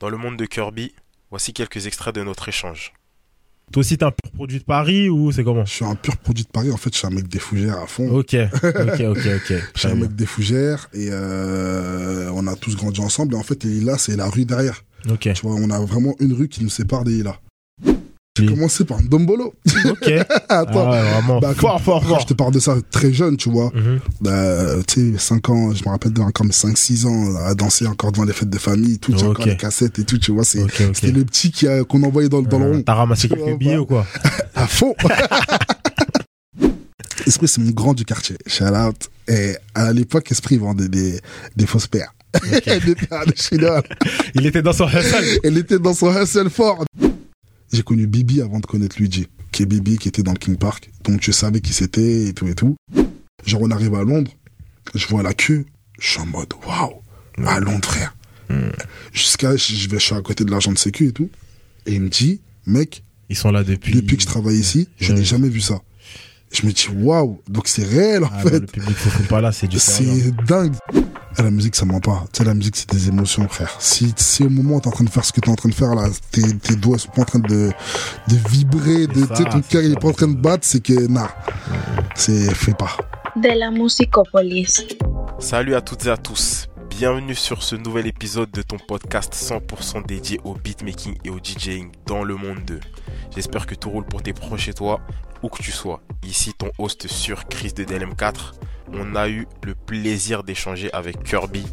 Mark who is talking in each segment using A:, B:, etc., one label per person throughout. A: Dans le monde de Kirby, voici quelques extraits de notre échange.
B: Toi aussi, t'es un pur produit de Paris ou c'est comment
C: Je suis un pur produit de Paris. En fait, je suis un mec des fougères à fond.
B: Ok, ok, ok, ok.
C: Je suis un mec des fougères et euh, on a tous grandi ensemble. Et en fait, les Lilas, c'est la rue derrière.
B: Ok.
C: Tu vois, on a vraiment une rue qui nous sépare des Lilas. J'ai commencé par un Dombolo.
B: Ok.
C: Attends.
B: Ah ouais, vraiment.
C: Bah,
B: fort, fort,
C: Après,
B: fort.
C: je te parle de ça très jeune, tu vois.
B: Mhm.
C: Bah, tu sais, 5 ans, je me rappelle de comme 5-6 ans, à danser encore devant les fêtes de famille, tout, j'ai
B: Ok.
C: encore les cassettes et tout, tu vois. C'est,
B: Ok, ok.
C: C'était le petit qui a- qu'on envoyait dans, le- dans le
B: Euh,
C: rond.
B: T'as ramassé
C: Tu vois,
B: quelques billets
C: bah.
B: ou quoi
C: À fond Esprit, c'est mon grand du quartier. Shout out. Et à l'époque, Esprit vendait des, des fausses paires. des paires de chinois.
B: Il était dans son hustle.
C: Elle était dans son hustle fort. J'ai connu Bibi avant de connaître Luigi, qui est Bibi, qui était dans le King Park. Donc je savais qui c'était et tout et tout. Genre on arrive à Londres, je vois la queue, je suis en mode waouh, à Londres frère. Jusqu'à, je je vais, je suis à côté de l'argent de sécu et tout. Et il me dit, mec,
B: Ils sont là depuis.
C: depuis que je travaille ici, je
B: Jamais
C: n'ai
B: vu.
C: jamais vu ça. Je me dis waouh, donc c'est réel en
B: Ah, non,
C: fait.
B: le public fou pas là, c'est du sérieux. hein.
C: C'est dingue. Ah, La musique, ça ment pas. Tu sais, la musique, c'est des émotions, frère. Si, si au moment où t'es en train de faire ce que t'es en train de faire, là, tes, tes doigts sont pas en train de, de vibrer, de,
B: ça,
C: tu sais, ton
B: c'est
C: cœur, il est
B: ça,
C: pas en train de
B: c'est-
C: battre, c'est que, nah. C'est, fais pas.
D: de la musicopolis.
A: Salut à toutes et à tous. Bienvenue sur ce nouvel épisode de ton podcast 100% dédié au beatmaking et au DJing dans le monde 2. J'espère que tout roule pour tes proches et toi, où que tu sois. Ici ton host sur Chris de DLM4. On a eu le plaisir d'échanger avec Kirby,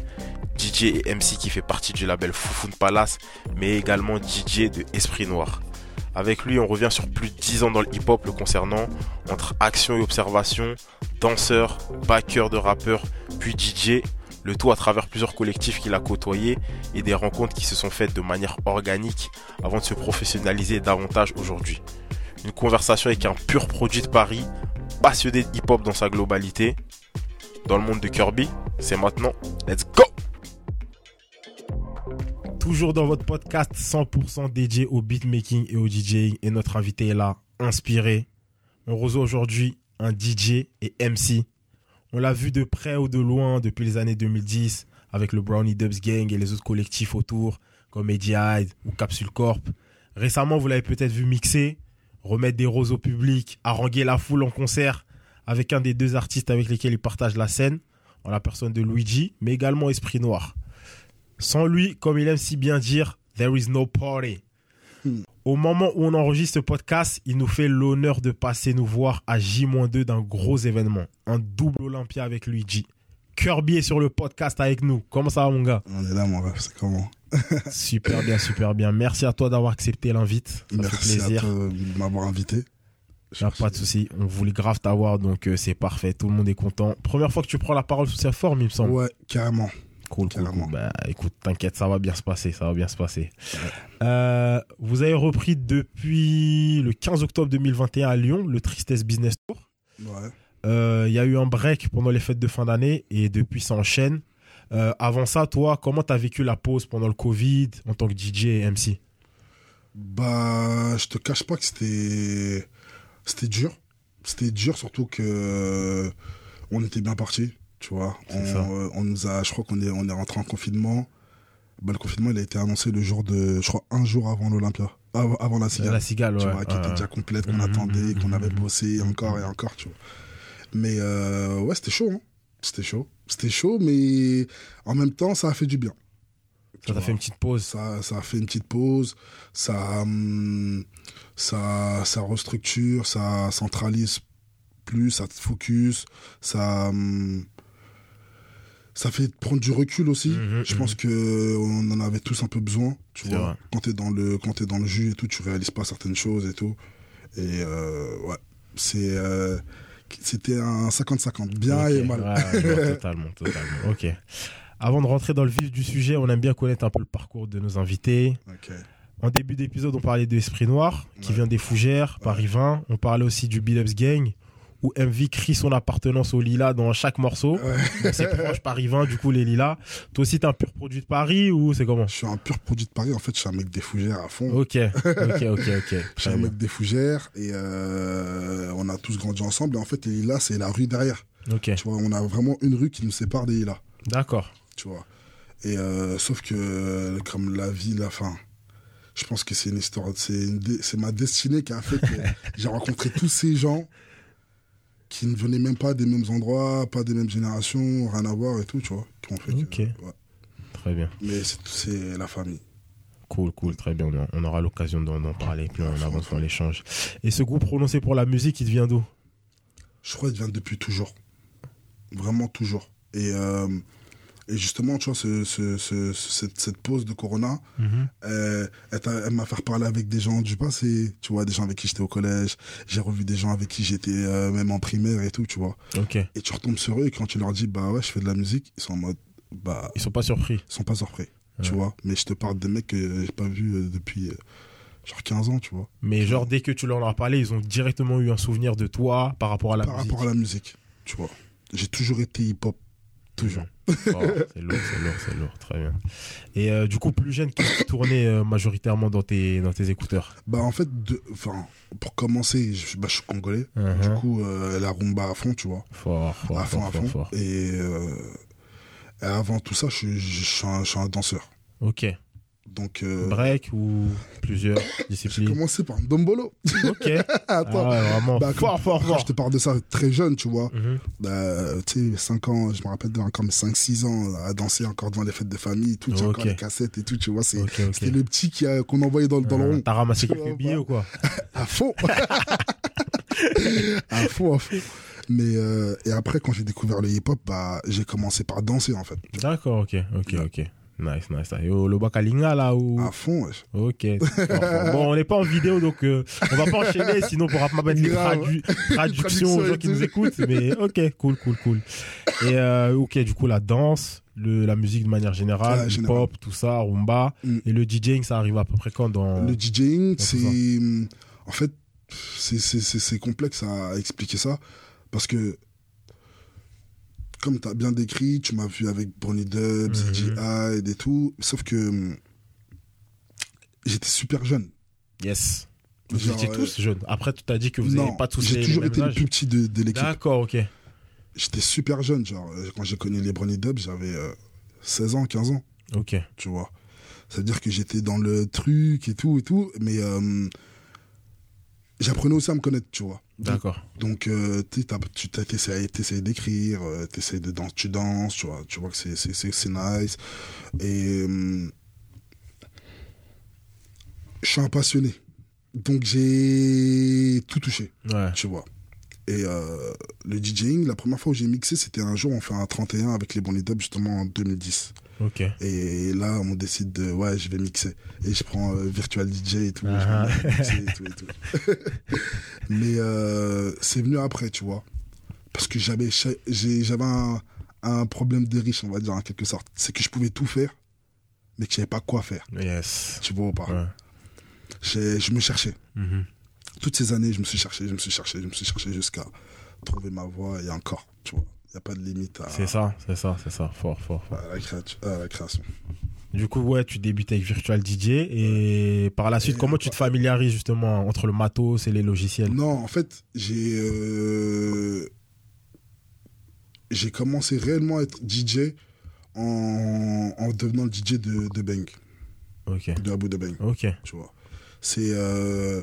A: DJ et MC qui fait partie du label Foufoun Palace, mais également DJ de Esprit Noir. Avec lui, on revient sur plus de 10 ans dans le hip-hop le concernant, entre action et observation, danseur, backer de rappeur, puis DJ, le tout à travers plusieurs collectifs qu'il a côtoyés et des rencontres qui se sont faites de manière organique avant de se professionnaliser davantage aujourd'hui. Une conversation avec un pur produit de Paris, passionné de hip-hop dans sa globalité. Dans le monde de Kirby, c'est maintenant. Let's go
B: Toujours dans votre podcast 100% dédié au beatmaking et au DJing. Et notre invité est là, inspiré. On reçoit aujourd'hui un DJ et MC. On l'a vu de près ou de loin depuis les années 2010 avec le Brownie Dubs Gang et les autres collectifs autour comme Eddie Hyde ou Capsule Corp. Récemment, vous l'avez peut-être vu mixer, remettre des roses au public, haranguer la foule en concert avec un des deux artistes avec lesquels il partage la scène, en la personne de Luigi, mais également Esprit Noir. Sans lui, comme il aime si bien dire, there is no party.
C: Hmm.
B: Au moment où on enregistre ce podcast, il nous fait l'honneur de passer nous voir à J-2 d'un gros événement, un double Olympia avec Luigi. Kirby est sur le podcast avec nous. Comment ça va, mon gars
C: On est là, mon ref, c'est comment?
B: Super bien, super bien. Merci à toi d'avoir accepté l'invite. Ça fait
C: Merci à
B: plaisir.
C: toi de m'avoir invité.
B: Y a pas de souci. On voulait grave t'avoir, donc euh, c'est parfait. Tout le monde est content. Première fois que tu prends la parole sous cette forme, il me semble.
C: Ouais, carrément.
B: cool, cool,
C: carrément.
B: cool. Bah, écoute, t'inquiète, ça va bien se passer. Ça va bien se passer. Euh, vous avez repris depuis le 15 octobre 2021 à Lyon le Tristesse Business Tour.
C: Ouais.
B: Euh, Il y a eu un break pendant les fêtes de fin d'année et depuis ça enchaîne. Euh, avant ça, toi, comment t'as vécu la pause pendant le Covid en tant que DJ et MC
C: Bah, je te cache pas que c'était c'était dur. C'était dur surtout que on était bien parti, tu vois.
B: C'est
C: On,
B: ça.
C: euh, on nous a je crois qu'on est on est rentré en confinement. Bah, le confinement, il a été annoncé le jour de je crois un jour avant l'Olympia, avant, avant la cigale.
B: La cigale, ouais.
C: tu vois, qui était
B: Euh,
C: déjà complète, qu'on
B: Mhm,
C: attendait, qu'on
B: mhm,
C: avait
B: mhm.
C: bossé encore et encore, tu vois. Mais euh, ouais, c'était chaud, hein. C'était chaud. C'était chaud, mais en même temps, ça a fait du bien.
B: Ça t'a
C: vois.
B: fait une petite pause.
C: Ça, ça a fait une petite pause, ça, hum, ça, ça restructure, ça centralise plus, ça te focus, ça, hum, ça fait prendre du recul aussi.
B: Mhm,
C: Je
B: mhm.
C: pense que on en avait tous un peu besoin, tu
B: C'est
C: vois.
B: vrai.
C: Quand t'es dans le, quand t'es dans le jus et tout, tu réalises pas certaines choses et tout. Et euh, ouais, c'est, euh, c'était un 50-50, bien
B: Ok,
C: et mal.
B: ouais, ouais, ouais, totalement, totalement. Ok. Avant de rentrer dans le vif du sujet, on aime bien connaître un peu le parcours de nos invités.
C: Ok.
B: En début d'épisode, on parlait de Esprit Noir, qui
C: Ouais.
B: vient des Fougères, Paris 20. On parlait aussi du Bill Ups Gang, où MV crie son appartenance aux Lilas dans chaque morceau.
C: Ouais.
B: Donc, C'est proche Paris 20, du coup, les Lilas. Toi aussi, t'es un pur produit de Paris ou c'est comment
C: Je suis un pur produit de Paris, en fait, je suis un mec des fougères à fond.
B: Ok, ok, ok, ok.
C: Je suis
B: Très
C: un
B: bien.
C: mec des fougères et euh, on a tous grandi ensemble. Et en fait, les lilas, c'est la rue derrière.
B: Ok,
C: Tu vois, on a vraiment une rue qui nous sépare des lilas.
B: d'accord.
C: Tu vois. Et euh, sauf que, comme la vie, la fin, je pense que c'est une histoire, c'est une dé- c'est ma destinée qui a fait que j'ai rencontré tous ces gens qui ne venaient même pas des mêmes endroits, pas des mêmes générations, rien à voir et tout, tu vois, qui ont fait que-
B: Ok.
C: ouais.
B: Très bien.
C: Mais c'est- c'est la famille.
B: Cool, cool, très bien. On- On aura l'occasion d'en d'en parler. Puis on
C: Ouais,
B: avance
C: franchement.
B: dans l'échange. Et ce groupe prononcé pour la musique, il vient d'où
C: Je crois qu'il vient depuis toujours. Vraiment toujours. Et, euh, et justement, tu vois, ce- ce- ce- ce- cette, cette pause de Corona, euh, elle, t'a- elle m'a fait parler avec des gens du passé, tu vois, des gens avec qui j'étais au collège. J'ai revu des gens avec qui j'étais euh, même en primaire et tout, tu vois.
B: Ok.
C: Et tu retombes sur eux et quand tu leur dis, bah ouais, je fais de la musique, ils sont en mode, bah,
B: Ils sont pas surpris.
C: ils sont pas surpris, tu vois. Mais je te parle des mecs que j'ai pas vus euh, depuis euh, genre 15 ans, tu vois.
B: Mais genre, dès que tu leur en as parlé, ils ont directement eu un souvenir de toi par rapport à la
C: Par
B: musique.
C: rapport à la musique, tu vois. J'ai toujours été hip-hop, toujours.
B: Oh, c'est lourd, c'est lourd, c'est lourd. Très bien. Et euh, du coup, plus jeune, qu'est-ce qui tournait euh, majoritairement dans tes, dans tes écouteurs
C: Bah en fait, de, enfin, pour commencer, je, bah, je Ah, suis congolais. Du
B: Mhm.
C: coup, euh, la rumba à fond, tu vois.
B: Fort, fort,
C: à fond,
B: fort,
C: à
B: fort,
C: fond.
B: fort.
C: Et, euh, et avant tout ça, je, suis- je suis un, je suis un danseur.
B: Ok.
C: Donc, euh,
B: Break ou plusieurs
C: j'ai
B: disciplines
C: commencé par un dombolo.
B: Ok.
C: Attends.
B: Ah ouais, vraiment.
C: Bah,
B: fort,
C: quand-
B: fort,
C: quand
B: fort.
C: Je te parle de ça très jeune, tu vois.
B: Mhm.
C: Bah, tu sais, 5 ans, je me rappelle d'avoir encore 5-6 ans à danser encore devant les fêtes de famille, et tout, tu sais,
B: Ok.
C: encore les cassettes et tout, tu vois. C'est
B: Ok, ok.
C: c'était le petit qui a- qu'on envoyait dans, le- dans le
B: Euh,
C: rond.
B: T'as ramassé
C: Tu
B: quelques
C: vois,
B: billets
C: bah.
B: ou quoi
C: À fond À fond, à fond. Mais euh, et après, quand j'ai découvert le hip-hop, bah, j'ai commencé par danser en fait.
B: D'accord, ok, ok, ok. Nice, nice. Et au le Bakalinga là ou
C: À fond, wesh.
B: Ok. c'est fort, fort. bon, on n'est pas en vidéo donc euh, on va pas enchaîner sinon pour pas mettre les
C: Grave.
B: tradu- traductions aux gens
C: Traduction et
B: qui nous
C: tout.
B: écoutent. Mais ok, cool, cool, cool. Et euh, ok, du coup la danse, le, la musique de manière générale,
C: Ah,
B: le
C: général.
B: pop, tout ça, rumba
C: Mm.
B: et le DJing, ça arrive à peu près quand dans
C: Le DJing,
B: tout
C: c'est.
B: ça.
C: hum, En fait, c'est- c'est c'est- c'est complexe à expliquer ça. Parce que. Comme tu as bien décrit, tu m'as vu avec Bonnie Dub,
B: Mhm.
C: DJ Hyde et tout. Sauf que. hum, J'étais super jeune.
B: Yes. Vous
C: Genre,
B: étiez
C: euh,
B: tous jeunes. Après, tu t'as dit que vous
C: non,
B: n'avez pas tous les,
C: J'ai
B: les
C: toujours
B: mêmes
C: été le
B: âges.
C: plus petit de, de l'équipe.
B: D'accord, ok.
C: J'étais super jeune, genre, euh, quand j'ai connu les Brownie Dubs, j'avais euh, 16 ans, 15 ans,
B: Ok.
C: tu vois. Ça veut dire que j'étais dans le truc et tout et tout, mais euh, j'apprenais aussi à me connaître, tu vois. Donc,
B: D'accord.
C: donc, euh, tu sais, t'as- tu t'as- t'essayes t'essayes d'écrire, euh, t'essayes de danser, tu danses, tu vois, tu vois que c'est- c'est c'est- c'est nice. Et euh, je suis un passionné. Donc j'ai tout touché
B: Ouais.
C: tu vois. Et euh, le DJing, la première fois où j'ai mixé, c'était un jour, on fait un 31 avec les Bonnie Dub, justement en 2010.
B: Ok.
C: Et là, on décide de, ouais, je vais mixer. Et je prends euh, Virtual DJ et tout. je
B: Ah.
C: vais mixer et tout, et tout. Mais euh, c'est venu après, tu vois. Parce que j'avais cha- j'ai- j'avais un, un problème de riche, on va dire, en quelque sorte. C'est que je pouvais tout faire, mais que je savais pas quoi faire.
B: Yes.
C: Tu vois ou pas
B: Ouais.
C: J'ai- Je me cherchais
B: Mhm.
C: toutes ces années, je me suis cherché, je me suis cherché, je me suis cherché jusqu'à trouver ma voie et encore, tu vois. Il n'y a pas de limite à,
B: C'est ça, c'est ça, c'est ça. Fort, fort, fort.
C: à la, créatu- à la création.
B: Du coup, ouais, tu débutes avec Virtual DJ et par la suite,
C: Et
B: comment tu te familiarises justement entre le matos et les logiciels
C: Non, en fait, j'ai euh, j'ai commencé réellement à être DJ en, en devenant le DJ de, de Bang,
B: Ok,
C: de Abu de Bang,
B: ok,
C: tu vois. C'est euh,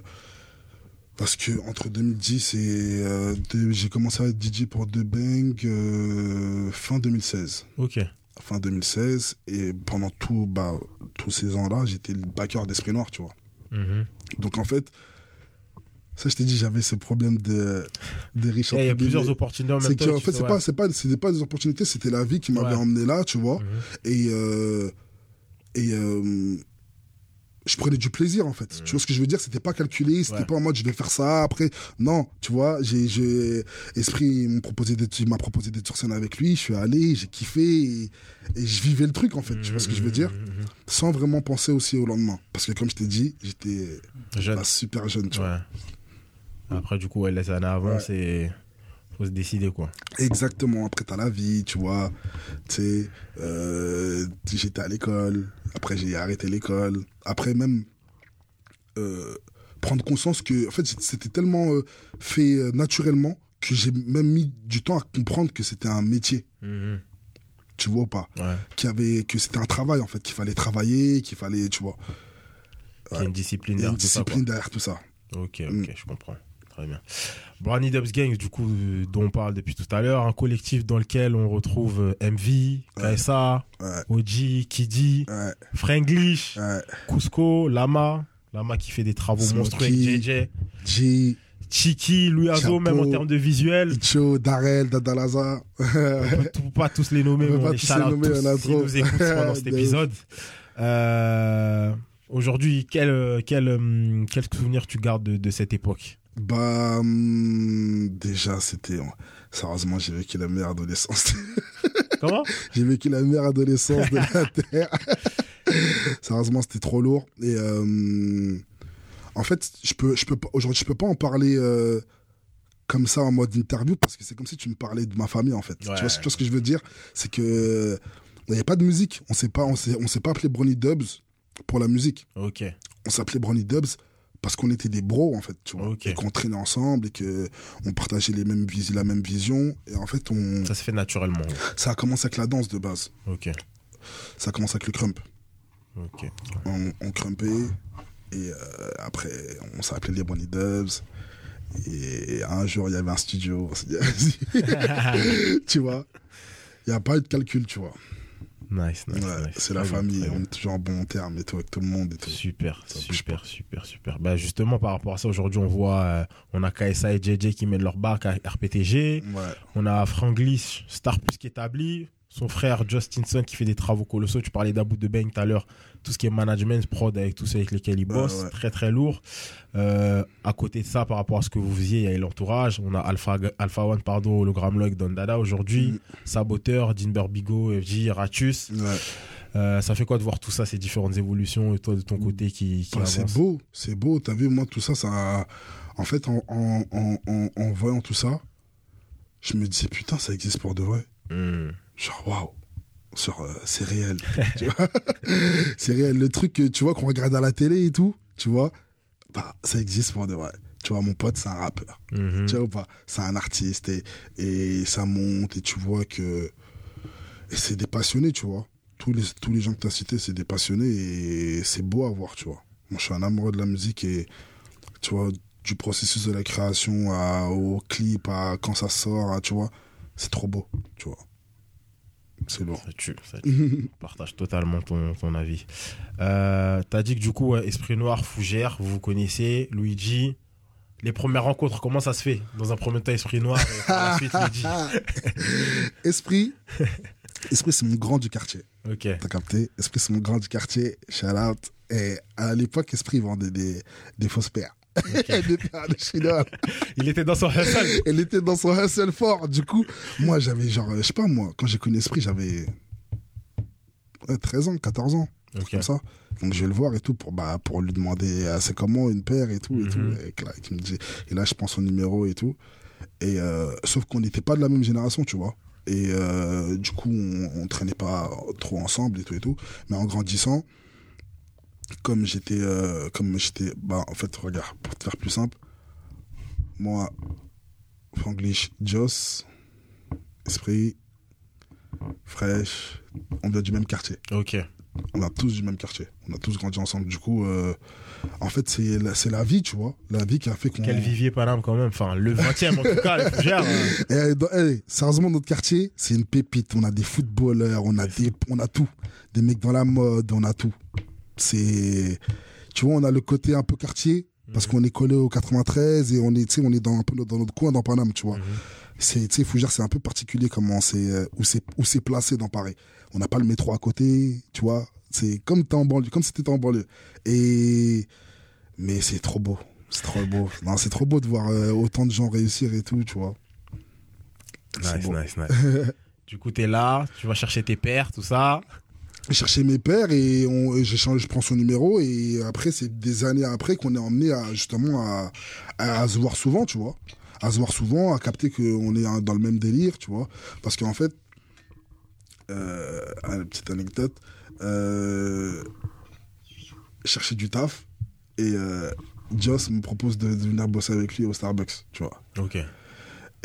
C: parce que entre 2010 et euh, deux- j'ai commencé à être DJ pour De Bang euh, fin 2016.
B: ok,
C: fin 2016 et pendant tout bah tous ces ans-là, j'étais le backer d'Esprit Noir, tu vois.
B: Mhm.
C: Donc en fait ça je t'ai dit j'avais ce problème de de riche
B: Eh, Il y a
C: entre
B: plusieurs
C: guillemets.
B: opportunités en même
C: c'est
B: temps.
C: que
B: et
C: en
B: tu
C: fait
B: sais,
C: c'est
B: ouais.
C: pas c'est pas c'était pas des opportunités, c'était la vie qui m'avait
B: Ouais.
C: emmené là, tu vois.
B: Mhm.
C: Et euh, et euh, je prenais du plaisir en fait. Tu vois ce que je veux dire C'était pas calculé, c'était
B: Mhm. Ouais.
C: pas en mode je vais faire ça après. Non, tu vois, j'ai j'ai esprit il m'a proposé d'être il m'a proposé d'être sur scène avec lui, je suis allé, j'ai kiffé et, et je vivais le truc en fait. Tu vois ce que je veux dire
B: Mhm.
C: Sans vraiment penser aussi au lendemain parce que comme je t'ai dit, j'étais
B: Jeune.
C: bah, super jeune, tu vois.
B: Ouais. Après, du coup, ouais, les années avancent et faut se décider quoi.
C: Exactement, après t'as la vie, tu vois. Tu sais, euh, j'étais à l'école, après j'ai arrêté l'école, après même euh, prendre conscience que, en fait, c'était tellement euh, fait euh, naturellement que j'ai même mis du temps à comprendre que c'était un métier,
B: Mhm.
C: tu tu vois ou pas
B: Ouais.
C: Qu'il y avait, que c'était un travail en fait, qu'il fallait travailler, qu'il fallait, tu vois.
B: Il y a une discipline
C: Il y a
B: derrière
C: une
B: tout ça, quoi.
C: discipline derrière tout ça.
B: Ok,
C: Mm.
B: ok, je comprends. Très bien. Brownie Dubs Gang, du coup, euh, dont on parle depuis tout à l'heure, un collectif dans lequel on retrouve euh, MV,
C: Ouais.
B: KSA,
C: Ouais,
B: OG, Kiddy,
C: ouais,
B: Franglish,
C: ouais.
B: Cusco, Lama, Lama qui fait des travaux
C: Smokey.
B: monstrueux avec JJ,
C: G,
B: Chiki, Luazo,
C: Chapeau.
B: même en termes de visuel,
C: Icho, Darel, Dadalaza.
B: on peut tout- pas tous les nommer,
C: On peut
B: mais on
C: pas
B: les
C: tous
B: shout-out
C: les nommer,
B: tous
C: il y en a
B: s'ils
C: trop.
B: nous écoutent pendant cet
C: De ouf.
B: épisode. Euh, Aujourd'hui, quel, euh, quel, hum, quel souvenir tu gardes de, de cette époque
C: Bah, hum, déjà, c'était. Sérieusement, j'ai vécu la meilleure adolescence.
B: Comment
C: j'ai vécu la meilleure adolescence de la Terre. Sérieusement, c'était trop lourd. Et euh, en fait, je peux, je peux pas, aujourd'hui, je peux pas en parler euh, comme ça en mode interview parce que c'est comme si tu me parlais de ma famille en fait.
B: Ouais.
C: Tu, vois, ce- tu vois ce que je veux dire C'est que il n'y avait pas de musique. On s'est pas, on s'est, on s'est pas appelé Brony Dubs pour la musique.
B: Ok.
C: On s'appelait Brony Dubs parce qu'on était des bros en fait, tu vois,
B: Ok.
C: et qu'on traînait ensemble et que on partageait les mêmes vis- la même vision. Et en fait, on,
B: Ça se fait naturellement.
C: ça a commencé avec la danse de base.
B: Ok,
C: Ça a commencé avec le crump.
B: ok.
C: on, on crumpait et euh, après on s'appelait les Bonnie Dubs et un jour il y avait un studio on s'est dit, vas-y. tu vois il n'y a pas eu de calcul tu vois
B: Nice, nice.
C: Ouais,
B: nice.
C: c'est la
B: Très bien,
C: famille hein.
B: très bien.
C: on est toujours en bon terme et tout avec tout le monde et tout
B: Super,
C: Ça bouge
B: super, super, super. Bah justement, par rapport à ça, aujourd'hui, on voit, euh, on a KSA et JJ qui mènent leur barque à RPTG.
C: ouais
B: On a Franglish, star plus qu'établi. Son frère Justinson qui fait des travaux colossaux. Tu parlais d'About de Beng tout à l'heure. Tout ce qui est management, prod avec tous ceux avec lesquels il
C: Ouais,
B: bosse.
C: ouais.
B: Très, très lourd. Euh, à côté de ça, par rapport à ce que vous faisiez, il y a l'entourage. On a Alpha, Alpha One, pardon, Hologram Log, Don Dada aujourd'hui.
C: Mm.
B: Saboteur, Dinber Bigo, FJ, Ratus.
C: ouais
B: Euh, ça fait quoi de voir tout ça, ces différentes évolutions, et toi de ton côté qui, qui
C: Bah,
B: avance
C: c'est beau, c'est beau. T'as vu, moi, tout ça, ça. En fait, en, en, en, en- en voyant tout ça, je me disais, putain, ça existe pour de vrai.
B: Hmm.
C: Genre, waouh. Genre, euh, c'est réel. tu vois c'est réel. Le truc, que, tu vois, qu'on regarde à la télé et tout, tu vois, bah, ça existe pour de vrai. Tu vois, mon pote, c'est un rappeur.
B: Mhm.
C: Tu vois ou pas C'est un artiste et, et ça monte et tu vois que. Et c'est des passionnés, tu vois. Tous les, tous les gens que tu as cités, c'est des passionnés et c'est beau à voir, tu vois. Moi, je suis un amoureux de la musique et, tu vois, du processus de la création à, au clip, à quand ça sort, à, tu vois, c'est trop beau, tu vois. C'est lourd.
B: Ça tue, ça tue. On Partage totalement ton, ton avis. Euh, T'as dit que du coup, ouais, Esprit Noir, Fougère, vous vous connaissez, Luigi. Les premières rencontres, comment ça se fait Dans un premier temps, Esprit Noir, et par la suite, Luigi.
C: Esprit, Esprit, c'est mon grand du quartier.
B: Ok.
C: T'as capté Esprit, c'est mon grand du quartier. Shout out. Et à l'époque, Esprit vendait des, des fausses paires. des paires de chinois.
B: Il était dans son hustle.
C: Elle était dans son hustle fort. Du coup, moi, j'avais genre, euh, je sais pas, moi, quand j'ai connu Esprit, j'avais euh, 13 ans, 14 ans.
B: Ok.
C: Comme ça. Donc, je vais le voir et tout pour, bah, pour lui demander euh, c'est comment une paire et tout. Et,
B: Mhm.
C: tout. Et, que là, qu'il me dit, et là, je prends son numéro et tout. Et euh, sauf qu'on n'était pas de la même génération, tu vois. Et euh, du coup, on, on traînait pas trop ensemble et tout et tout. Mais en grandissant, comme j'étais, euh, comme j'étais, bah en fait, regarde, pour te faire plus simple, moi, Franglish, Joss, Esprit, Fresh, on vient du même quartier.
B: Ok.
C: On a tous du même quartier. On a tous grandi ensemble. Du coup, euh, en fait, c'est la, c'est la vie, tu vois, la vie qui a fait qu'on.
B: Quel vivier Paname quand même. Enfin, le 20 e en tout cas, le Fougère. euh,
C: Eh, dans- eh, sérieusement, notre quartier, c'est une pépite. On a des footballeurs, on a des, on a tout. Des mecs dans la mode, on a tout. C'est, tu vois, on a le côté un peu quartier parce qu'on est collé au 93 et on est, tu sais, on est dans un peu notre- dans notre coin dans Paname, tu vois.
B: Mhm.
C: C'est, tu sais, Fougères, c'est un peu particulier comment c'est, euh, où c'est, où c'est placé dans Paris. On n'a pas le métro à côté, tu vois. C'est comme t'es en banlieue, comme si t'étais en banlieue. Et, mais c'est trop beau. C'est trop beau. Non, c'est trop beau de voir euh, autant de gens réussir et tout, tu vois. C'est
B: Nice,
C: beau.
B: nice, nice. Du coup, t'es là, tu vas chercher tes pères, tout ça.
C: chercher mes pères et on, et j'échange, je prends son numéro et après c'est des années après qu'on est emmené à justement à, à, à se voir souvent, tu vois, à se voir souvent, à capter qu'on est un- dans le même délire, tu vois, parce qu'en fait, euh, une petite anecdote, euh, chercher du taf et euh, Joss me propose de, de venir bosser avec lui au Starbucks, tu vois.
B: Ok.
C: Et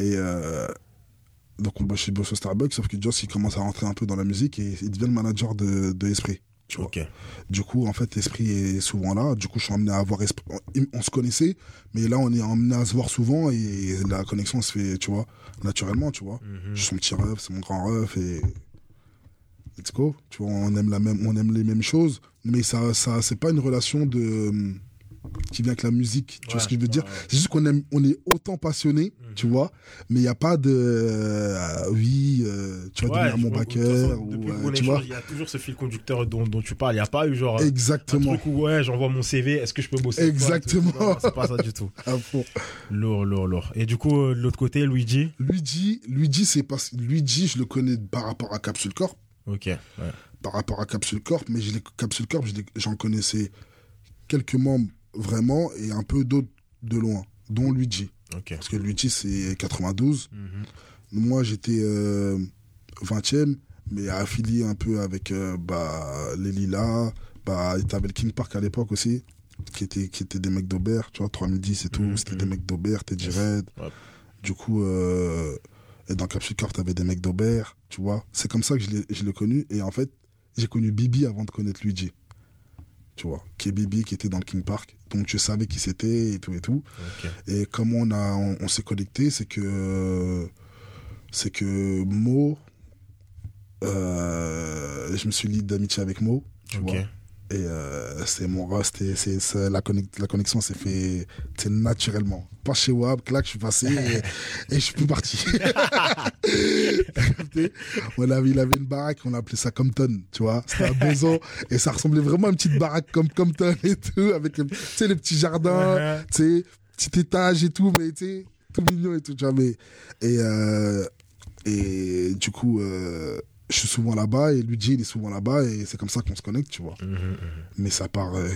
C: euh, Donc on bosse, il bosse au Starbucks, sauf que Joss il commence à rentrer un peu dans la musique et il devient le manager de, de Esprit. Tu vois.
B: Ok.
C: Du coup, en fait, Esprit est souvent là. Du coup, je suis emmené à voir Esprit. On, on se connaissait, mais là, on est emmené à se voir souvent et la connexion se fait, tu vois, naturellement, tu
B: Mm.
C: vois.
B: Mhm.
C: Je suis son petit ref, c'est mon grand ref et let's go. Tu vois, on aime la même, on aime les mêmes choses, mais ça, ça, c'est pas une relation de hum, qui vient avec la musique. Tu vois
B: Ouais,
C: ce que je veux
B: ouais,
C: dire
B: ouais.
C: C'est juste qu'on aime, on est autant passionné,
B: Mhm.
C: tu vois, mais il y a pas de euh, oui, euh, tu vas
B: Ouais,
C: devenir mon
B: je- de toute
C: backer
B: façon,
C: ou
B: depuis
C: euh,
B: qu'on
C: tu
B: échange,
C: vois.
B: Il y a toujours ce fil conducteur dont, dont tu parles. Il n'y a pas eu genre. euh, Un
C: Exactement.
B: truc où ouais, j'envoie mon CV, est-ce que je peux bosser avec toi et tout.
C: Exactement.
B: Non, non, C'est pas ça du tout.
C: À fond.
B: Lourd, lourd, lourd. Et du coup, euh, de l'autre côté, Luigi.
C: Luigi, Luigi, c'est parce Luigi, je le connais par rapport à Capsule Corp,
B: Ok. Ouais.
C: par rapport à Capsule Corp, mais je l'ai- Capsule Corp, je l'ai- j'en connaissais quelques membres vraiment et un peu d'autres de loin, dont Luigi,
B: Ok.
C: parce que Luigi c'est 92.
B: Mhm.
C: Moi, j'étais euh, 20e, mais affilié un peu avec euh, bah, les Lilas, bah, t'avais le King Park à l'époque aussi, qui était qui était des mecs d'Aubert, tu vois, 3010 et tout,
B: Mhm,
C: c'était
B: mhm.
C: des mecs d'Aubert, Teddy
B: Yes.
C: Red,
B: Ouais.
C: du coup, euh, et dans Capsule Corp, t'avais des mecs d'Aubert, tu vois. C'est comme ça que je l'ai- je l'ai connu. Et en fait, j'ai connu Bibi avant de connaître Luigi. Tu vois, qui est Bibi, qui était dans le King Park. Donc, je savais qui c'était et tout et tout.
B: Ok.
C: Et comment on, a- on, on s'est connecté, c'est que. C'est que Mo. euh, je me suis lié d'amitié avec Mo. Tu
B: Ok.
C: vois. Et euh, c'est mon rust, et c'est c'est- la, connex- la connexion s'est fait c'est naturellement. Pas chez Wab, clac, je suis passé et, et je suis plus parti. on avait, il avait une baraque, on appelait ça Compton, tu vois. C'était un bozo et ça ressemblait vraiment à une petite baraque comme Compton et tout, avec les, tu sais, les petits jardins,
B: Ouais.
C: tu sais, petit étage et tout, mais tu sais, tout mignon et tout, tu vois. mais- et, euh, et du coup, euh, je suis souvent là-bas et Luigi, il est souvent là-bas et c'est comme ça qu'on se connecte, tu vois
B: Mhm.
C: mais ça part euh,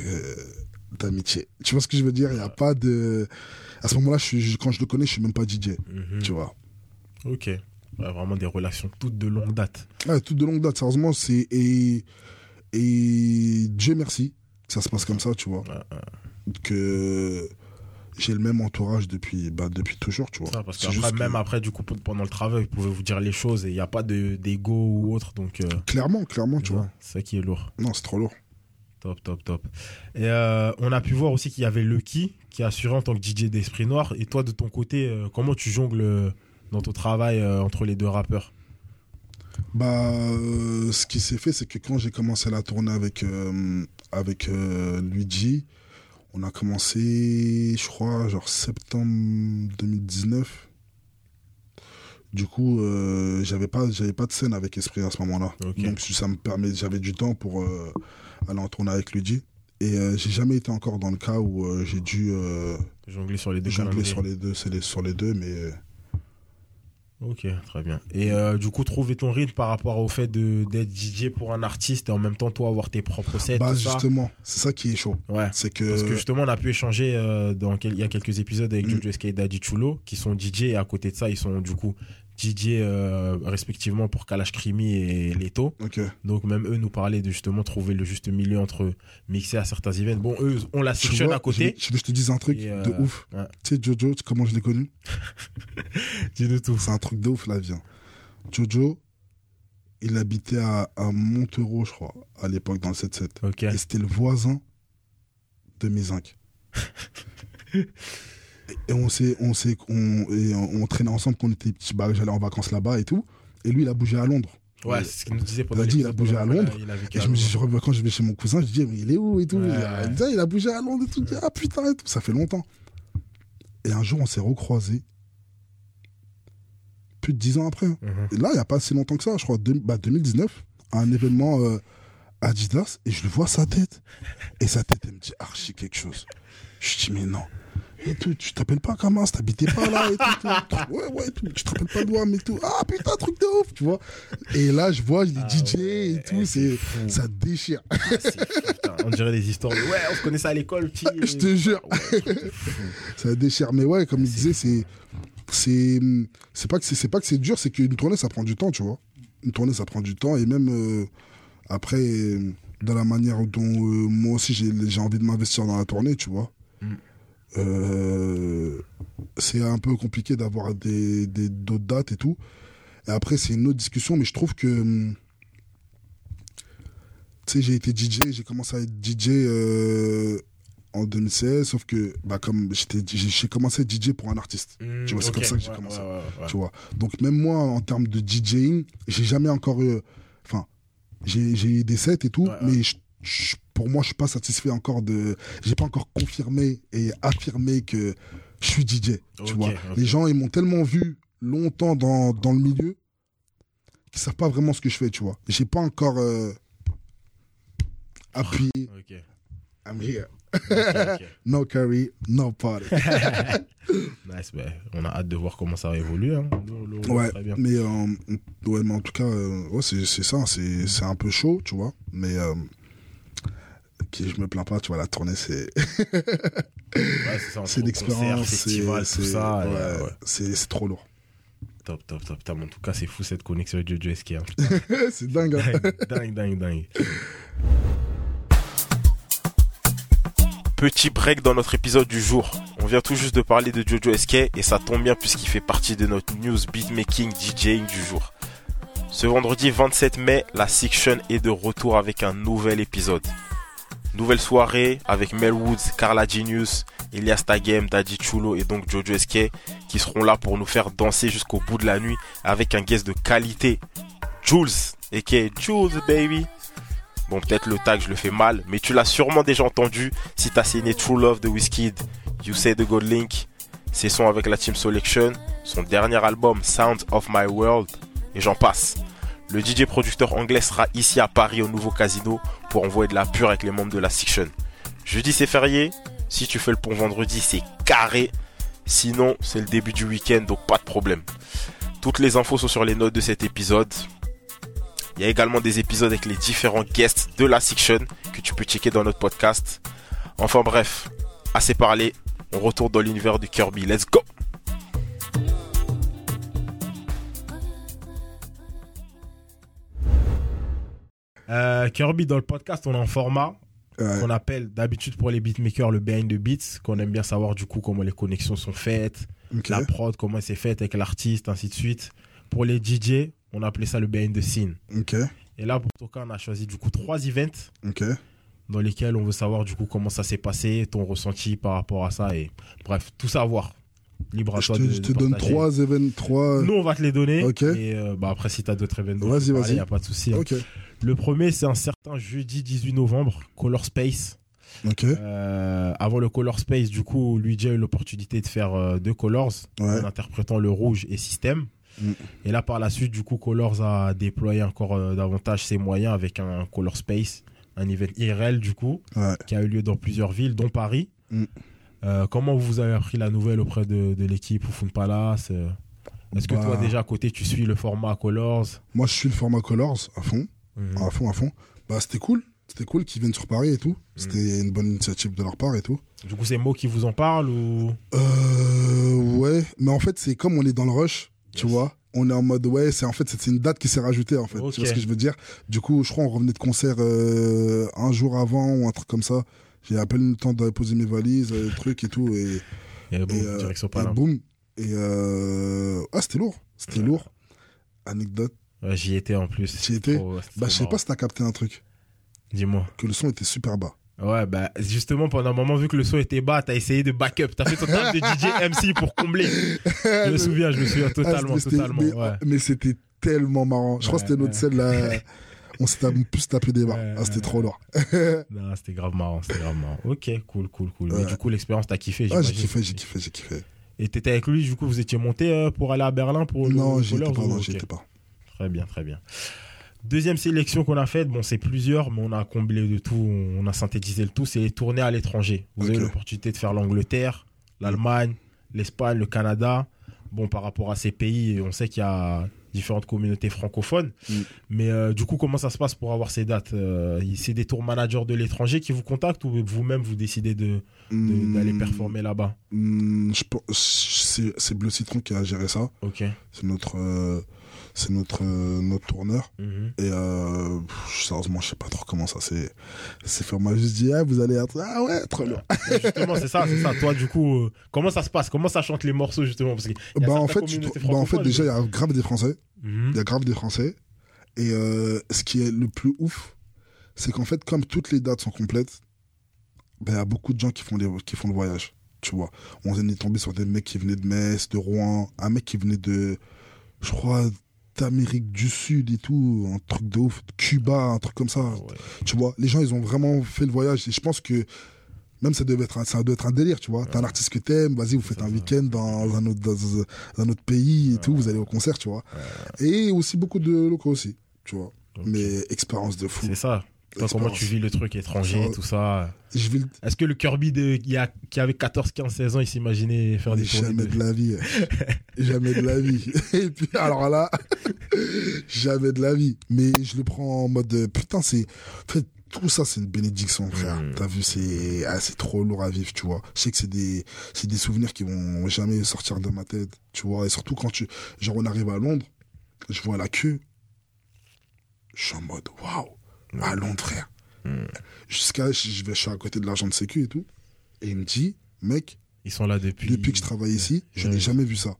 C: d'amitié. Tu vois ce que je veux dire Il n'y a pas de. À ce moment-là, je suis- je- quand je le connais, je suis même pas DJ.
B: Mhm.
C: Tu vois.
B: Ok. Ouais, vraiment des relations toutes de longue date.
C: Ah, tout de longue date, sérieusement, c'est. Et... et Dieu merci que ça se passe comme ça, tu vois.
B: Ouais, ouais.
C: Que j'ai le même entourage depuis, bah, depuis toujours, tu vois.
B: Ça, parce
C: C'est
B: qu'après,
C: juste que-
B: même après, du coup, pendant le travail, vous pouvez vous dire les choses et il n'y a pas de- d'ego ou autre. Donc, euh,
C: Clairement, clairement, tu
B: ouais,
C: vois.
B: c'est ça qui est lourd.
C: Non, c'est trop lourd.
B: Top, top, top. Et euh, on a pu voir aussi qu'il y avait Lucky qui assurait en tant que DJ d'Esprit Noir. Et toi, de ton côté, euh, comment tu jongles euh, dans ton travail euh, entre les deux rappeurs
C: Bah, euh, ce qui s'est fait, c'est que quand j'ai commencé la tournée avec, euh, avec euh, Luigi, on a commencé, je crois, genre septembre 2019. Du coup, euh, j'avais pas, j'avais pas de scène avec Esprit à ce moment-là.
B: Ok.
C: Donc, ça me permet, j'avais du temps pour euh, aller en tournée avec Luigi. Et euh, j'ai jamais été encore dans le cas où euh, j'ai dû euh,
B: Jongler sur les deux
C: jongler
B: calendriers.
C: sur les deux, c'est les- sur les deux, mais euh,
B: Ok, très bien. Et euh, du coup, trouver ton rythme par rapport au fait de- d'être DJ pour un artiste et en même temps, toi, avoir tes propres sets.
C: bah
B: tout ça.
C: justement, c'est ça qui est chaud,
B: Ouais.
C: c'est que,
B: Parce que justement, on a pu échanger euh, dans quel- il y a quelques épisodes avec
C: Mm.
B: Jojo SK et Daddy Chulo, qui sont DJ, et à côté de ça, ils sont du coup DJ euh, respectivement pour Kalash Krimi et Leto.
C: Ok.
B: Donc même eux nous parlaient de justement trouver le juste milieu entre mixer à certains events. Bon, eux, on la
C: Tu
B: section
C: vois,
B: à côté.
C: Je, je veux que je te dise un truc
B: Et, euh,
C: de ouf.
B: ouais.
C: Tu sais, Jojo, tu- comment je l'ai connu
B: Dis-nous tout.
C: C'est un truc de ouf, la vie. hein. Jojo, il habitait à, à Montereau, je crois, à l'époque, dans le 7-7.
B: Ok.
C: Et c'était le voisin de Mizinc. et, et on s'est, on s'est, on, et on, on traînait ensemble quand on était petits. Bah, j'allais en vacances là-bas et tout. Et lui, il a bougé à Londres.
B: Ouais, c'est ce qu'il nous disait pendant
C: Daddy, il a
B: l'épisode.
C: bougé à
B: Voilà,
C: Londres.
B: il a vécu
C: Et
B: à
C: je me dis,
B: Londres.
C: je reviens- quand je vais chez mon cousin, je dis, mais il est où et tout.
B: Ouais.
C: Il a- il, dit, Ah, il a bougé à Londres et tout. Je dis, ah putain et tout. Ça fait longtemps. Et un jour, on s'est recroisés. Plus de 10 ans après. hein.
B: Mhm.
C: Et là, il n'y a pas si longtemps que ça, je crois, deux- bah, 2019, à un événement euh, Adidas, et je le vois sa tête. Et sa tête, elle me dit archi quelque chose. Je dis, mais non. Et tout, tu t'appelles pas Kamas, t'habitais pas là, et tout, tout. Ouais, ouais, tout. Tu te rappelles pas de moi, mais tout. Ah putain, truc de ouf, tu vois. Et là, je vois, il est
B: Ah
C: DJ
B: ouais,
C: et tout,
B: eh,
C: c'est,
B: fou.
C: ça déchire.
B: Ah, c'est- putain, on dirait des histoires. de, Ouais, on se connaissait à l'école, petit.
C: Ah, Je te jure. ça déchire. Mais ouais, comme il disait, c'est, c'est, c'est pas que c'est, c'est pas que c'est dur, c'est qu'une tournée, ça prend du temps, tu vois. Une tournée, ça prend du temps. Et même, euh, après, euh, dans la manière dont euh, moi aussi j'ai, j'ai envie de m'investir dans la tournée, tu vois.
B: Mm.
C: Euh, c'est un peu compliqué d'avoir des, des, d'autres dates et tout. Et après, c'est une autre discussion, mais je trouve que. hum, Tu sais, j'ai été DJ, j'ai commencé à être DJ euh, en 2016, sauf que, bah, comme j'étais, j'ai j'ai commencé à être DJ pour un artiste.
B: Hmm,
C: Tu vois, c'est comme ça que j'ai commencé. Tu vois. Donc, même moi, en termes de DJing, j'ai jamais encore. eu- Enfin, j'ai j'ai eu des sets et tout,
B: Ouais, ouais.
C: mais je- je- pour moi, je suis pas satisfait encore de. J'ai pas encore confirmé et affirmé que je suis DJ.
B: Ok,
C: tu vois.
B: ok.
C: Les gens, ils m'ont tellement vu longtemps dans, dans le milieu qu'ils savent pas vraiment ce que je fais, tu vois. J'ai pas encore euh, appuyé.
B: Ok.
C: I'm here.
B: ok, ok.
C: No carry, no party.
B: Nice, ben, on a hâte de voir comment ça va évoluer. hein. Le- le-
C: Ouais,
B: très bien.
C: mais, euh, ouais, mais en tout cas, euh, ouais, c'est c'est ça,
B: Mm-hmm.
C: c'est c'est un peu chaud, tu vois. Mais euh, ok, je me plains pas, tu vois, la tournée, c'est
B: Ouais, c'est ça, entre
C: c'est
B: concerts,
C: l'expérience,
B: festival,
C: c'est
B: tout
C: c'est-
B: ça. et,
C: ouais,
B: euh, ouais.
C: c'est- c'est trop lourd.
B: Top, top, top. Putain, mais en tout cas, c'est fou cette connexion avec Jojo SK. hein.
C: c'est dingue. hein.
B: dingue, dingue, dingue.
A: Petit break dans notre épisode du jour. On vient tout juste de parler de Jojo SK et ça tombe bien puisqu'il fait partie de notre news beatmaking DJing du jour. Ce vendredi 27 mai, la Section est de retour avec un nouvel épisode. Nouvelle soirée avec Mel Woods, Carla Genius, Elias Tagem, Daddy Chulo et donc Jojo SK qui seront là pour nous faire danser jusqu'au bout de la nuit avec un guest de qualité, Jules, et qui est Jules baby. Bon, peut-être le tag, je le fais mal, mais tu l'as sûrement déjà entendu si t'as signé True Love de Wizkid, You Say the God Link, ses sons avec la Team Selection, son dernier album Sounds of My World, et j'en passe. Le DJ producteur anglais sera ici à Paris au nouveau casino pour envoyer de la pure avec les membres de la section. Jeudi c'est férié, si tu fais le pont vendredi c'est carré, sinon c'est le début du week-end donc pas de problème. Toutes les infos sont sur les notes de cet épisode. Il y a également des épisodes avec les différents guests de la section que tu peux checker dans notre podcast. Enfin bref, assez parlé, on retourne dans l'univers du Kirby, let's go
B: Euh, Kirby, dans le podcast, on a un format
C: Ouais,
B: qu'on appelle d'habitude pour les beatmakers le behind the beats, qu'on aime bien savoir du coup comment les connexions sont faites,
C: ok.
B: la prod, comment c'est fait avec l'artiste, ainsi de suite. Pour les DJ, on appelait ça le behind the scene.
C: Ok,
B: Et là, pour Toka, on a choisi du coup trois events
C: ok.
B: dans lesquels on veut savoir du coup comment ça s'est passé, ton ressenti par rapport à ça et bref, tout savoir. Libre à
C: Je
B: toi
C: te,
B: de
C: je te
B: de
C: donne
B: partager.
C: trois événements, trois.
B: Nous, on va te les donner.
C: Ok.
B: Et euh, bah, après, si t'as d'autres événements,
C: Vas-y, vas-y.
B: il n'y a pas de souci. hein.
C: Ok,
B: Le premier, c'est un certain jeudi 18 novembre, Color Space.
C: ok.
B: Euh, avant le Color Space, du coup, Luigi a eu l'opportunité de faire euh, deux Colors
C: Ouais.
B: en interprétant le rouge et système.
C: Mm.
B: Et là, par la suite, du coup, Colors a déployé encore euh, davantage ses moyens avec un Color Space, un event IRL, du coup,
C: Ouais.
B: qui a eu lieu dans plusieurs villes, dont Paris.
C: Mm.
B: Euh, comment vous avez appris la nouvelle auprès de, de l'équipe au Fun Palace euh Est-ce que
C: Bah.
B: toi, déjà à côté, tu suis le format Colors
C: Moi, je suis le format Colors à fond.
B: Mhm.
C: à fond, à fond. Bah, c'était cool. C'était cool qu'ils viennent sur Paris et
B: Mm.
C: tout. C'était une bonne initiative de leur part et tout.
B: Du coup, c'est Mo qui vous en parle ou
C: Euh, ouais. Mais en fait, c'est comme on est dans le rush, tu
B: Yes.
C: vois. On est en mode, ouais, c'est en fait, c'est une date qui s'est rajoutée, en fait.
B: Ok.
C: Tu vois ce que je veux dire? Du coup, je crois, on revenait de concert, euh, un jour avant ou un truc comme ça. J'ai à peine eu le temps de poser mes valises, euh, trucs et tout. Et,
B: Et bon,
C: et, euh,
B: direction
C: et
B: Paris.
C: boum. Et, euh, ah, c'était lourd. C'était
B: Ouais.
C: lourd. Anecdote.
B: Ouais, J'y étais en plus.
C: J'y étais
B: Trop- c'était
C: Bah,
B: trop
C: je sais pas
B: marrant.
C: si t'as capté un truc.
B: Dis-moi.
C: Que le son était super bas. Ah,
B: Ouais, bah justement, pendant un moment, vu que le son était bas, t'as essayé de backup. T'as fait ton taf de DJ MC pour combler. Je me souviens, je me souviens
C: Ah,
B: totalement,
C: c'était-
B: totalement.
C: Mais,
B: ouais.
C: mais c'était tellement marrant. Je crois
B: Ouais,
C: que c'était notre scène là. On s'est tapé- plus tapé des barres.
B: Ouais,
C: ah, c'était
B: ouais,
C: trop lourd.
B: Non, c'était grave marrant, c'était grave marrant. Ok, cool, cool, cool. Mais
C: Ouais.
B: du coup, l'expérience, t'as kiffé,
C: Ah,
B: j'imagine.
C: j'ai kiffé, j'ai kiffé, j'ai kiffé.
B: Et t'étais avec lui, du coup, vous étiez monté euh, pour aller à Berlin pour le
C: non,
B: le
C: j'y étais
B: Colors
C: pas,
B: ou-
C: non,
B: ok.
C: j'y étais pas.
B: Très bien, très bien. Deuxième sélection qu'on a faite, bon, c'est plusieurs, mais on a comblé de tout, on a synthétisé le tout, c'est les tournées à l'étranger. Vous avez
C: Ok.
B: eu l'opportunité de faire l'Angleterre, l'Allemagne, l'Espagne, le Canada. Bon, par rapport à ces pays, on sait qu'il y a différentes communautés francophones.
C: Mm.
B: Mais euh, du coup, comment ça se passe pour avoir ces dates Euh, C'est des tour managers de l'étranger qui vous contactent ou vous-même vous décidez de- de-
C: Hmm,
B: d'aller performer là-bas
C: hmm, je pense- C'est c'est Bleu Citron qui a géré ça.
B: Ok.
C: C'est notre, euh, c'est notre, euh, notre tourneur.
B: Mhm.
C: Et euh, pff, sérieusement, je sais pas trop comment ça s'est s'est fait. On m'a juste dit, ah, vous allez être. Ah ouais, trop lourd.
B: Justement, c'est ça, c'est ça. Toi, du coup, euh, comment ça se passe Comment ça chante les morceaux, justement Parce que y a
C: Bah, en
B: certaines
C: fait, tu-
B: communautés
C: bah, en fait,
B: francophones,
C: déjà, il y a grave des Français.
B: Mhm.
C: Il y a grave des Français. Et euh, ce qui est le plus ouf, c'est qu'en fait, comme toutes les dates sont complètes, ben, il y a beaucoup de gens qui font, les, qui font le voyage. Tu vois, on est tombé sur des mecs qui venaient de Metz, de Rouen, un mec qui venait de, je crois, d'Amérique du Sud et tout, un truc de ouf, de Cuba, un truc comme ça.
B: Ah Ouais.
C: Tu vois, les gens, ils ont vraiment fait le voyage. Et je pense que même ça devait être un, ça doit être un délire, tu vois. T'as un artiste que t'aimes, vas-y, vous faites un week-end dans un autre, dans un autre pays et tout, vous allez au concert, tu vois. Et aussi beaucoup de locaux aussi, tu vois.
B: Ok.
C: Mais expérience de fou.
B: C'est ça. Toi, comment tu vis le truc étranger,
C: Ouais.
B: tout ça
C: Je vais le
B: Est-ce que le Kirby de, qui, a, qui avait 14, 15, 16 ans, il s'imaginait faire des tournées
C: jamais
B: de...
C: de la vie. jamais de la vie. Et puis alors là, jamais de la vie. Mais je le prends en mode euh, putain, c'est en fait tout ça c'est une bénédiction frère.
B: Mm.
C: T'as vu c'est ah, c'est trop lourd à vivre, tu vois. Je sais que c'est des c'est des souvenirs qui vont jamais sortir de ma tête, tu vois. Et surtout quand tu genre on arrive à Londres, je vois la queue. Je suis en mode waouh,
B: Hmm.
C: à Londres frère. Jusqu'à je vais je suis à côté de l'argent de sécu et tout et il me dit mec
B: Ils sont là depuis.
C: depuis que je travaille ici, je n'ai
B: Ouais.
C: jamais vu ça.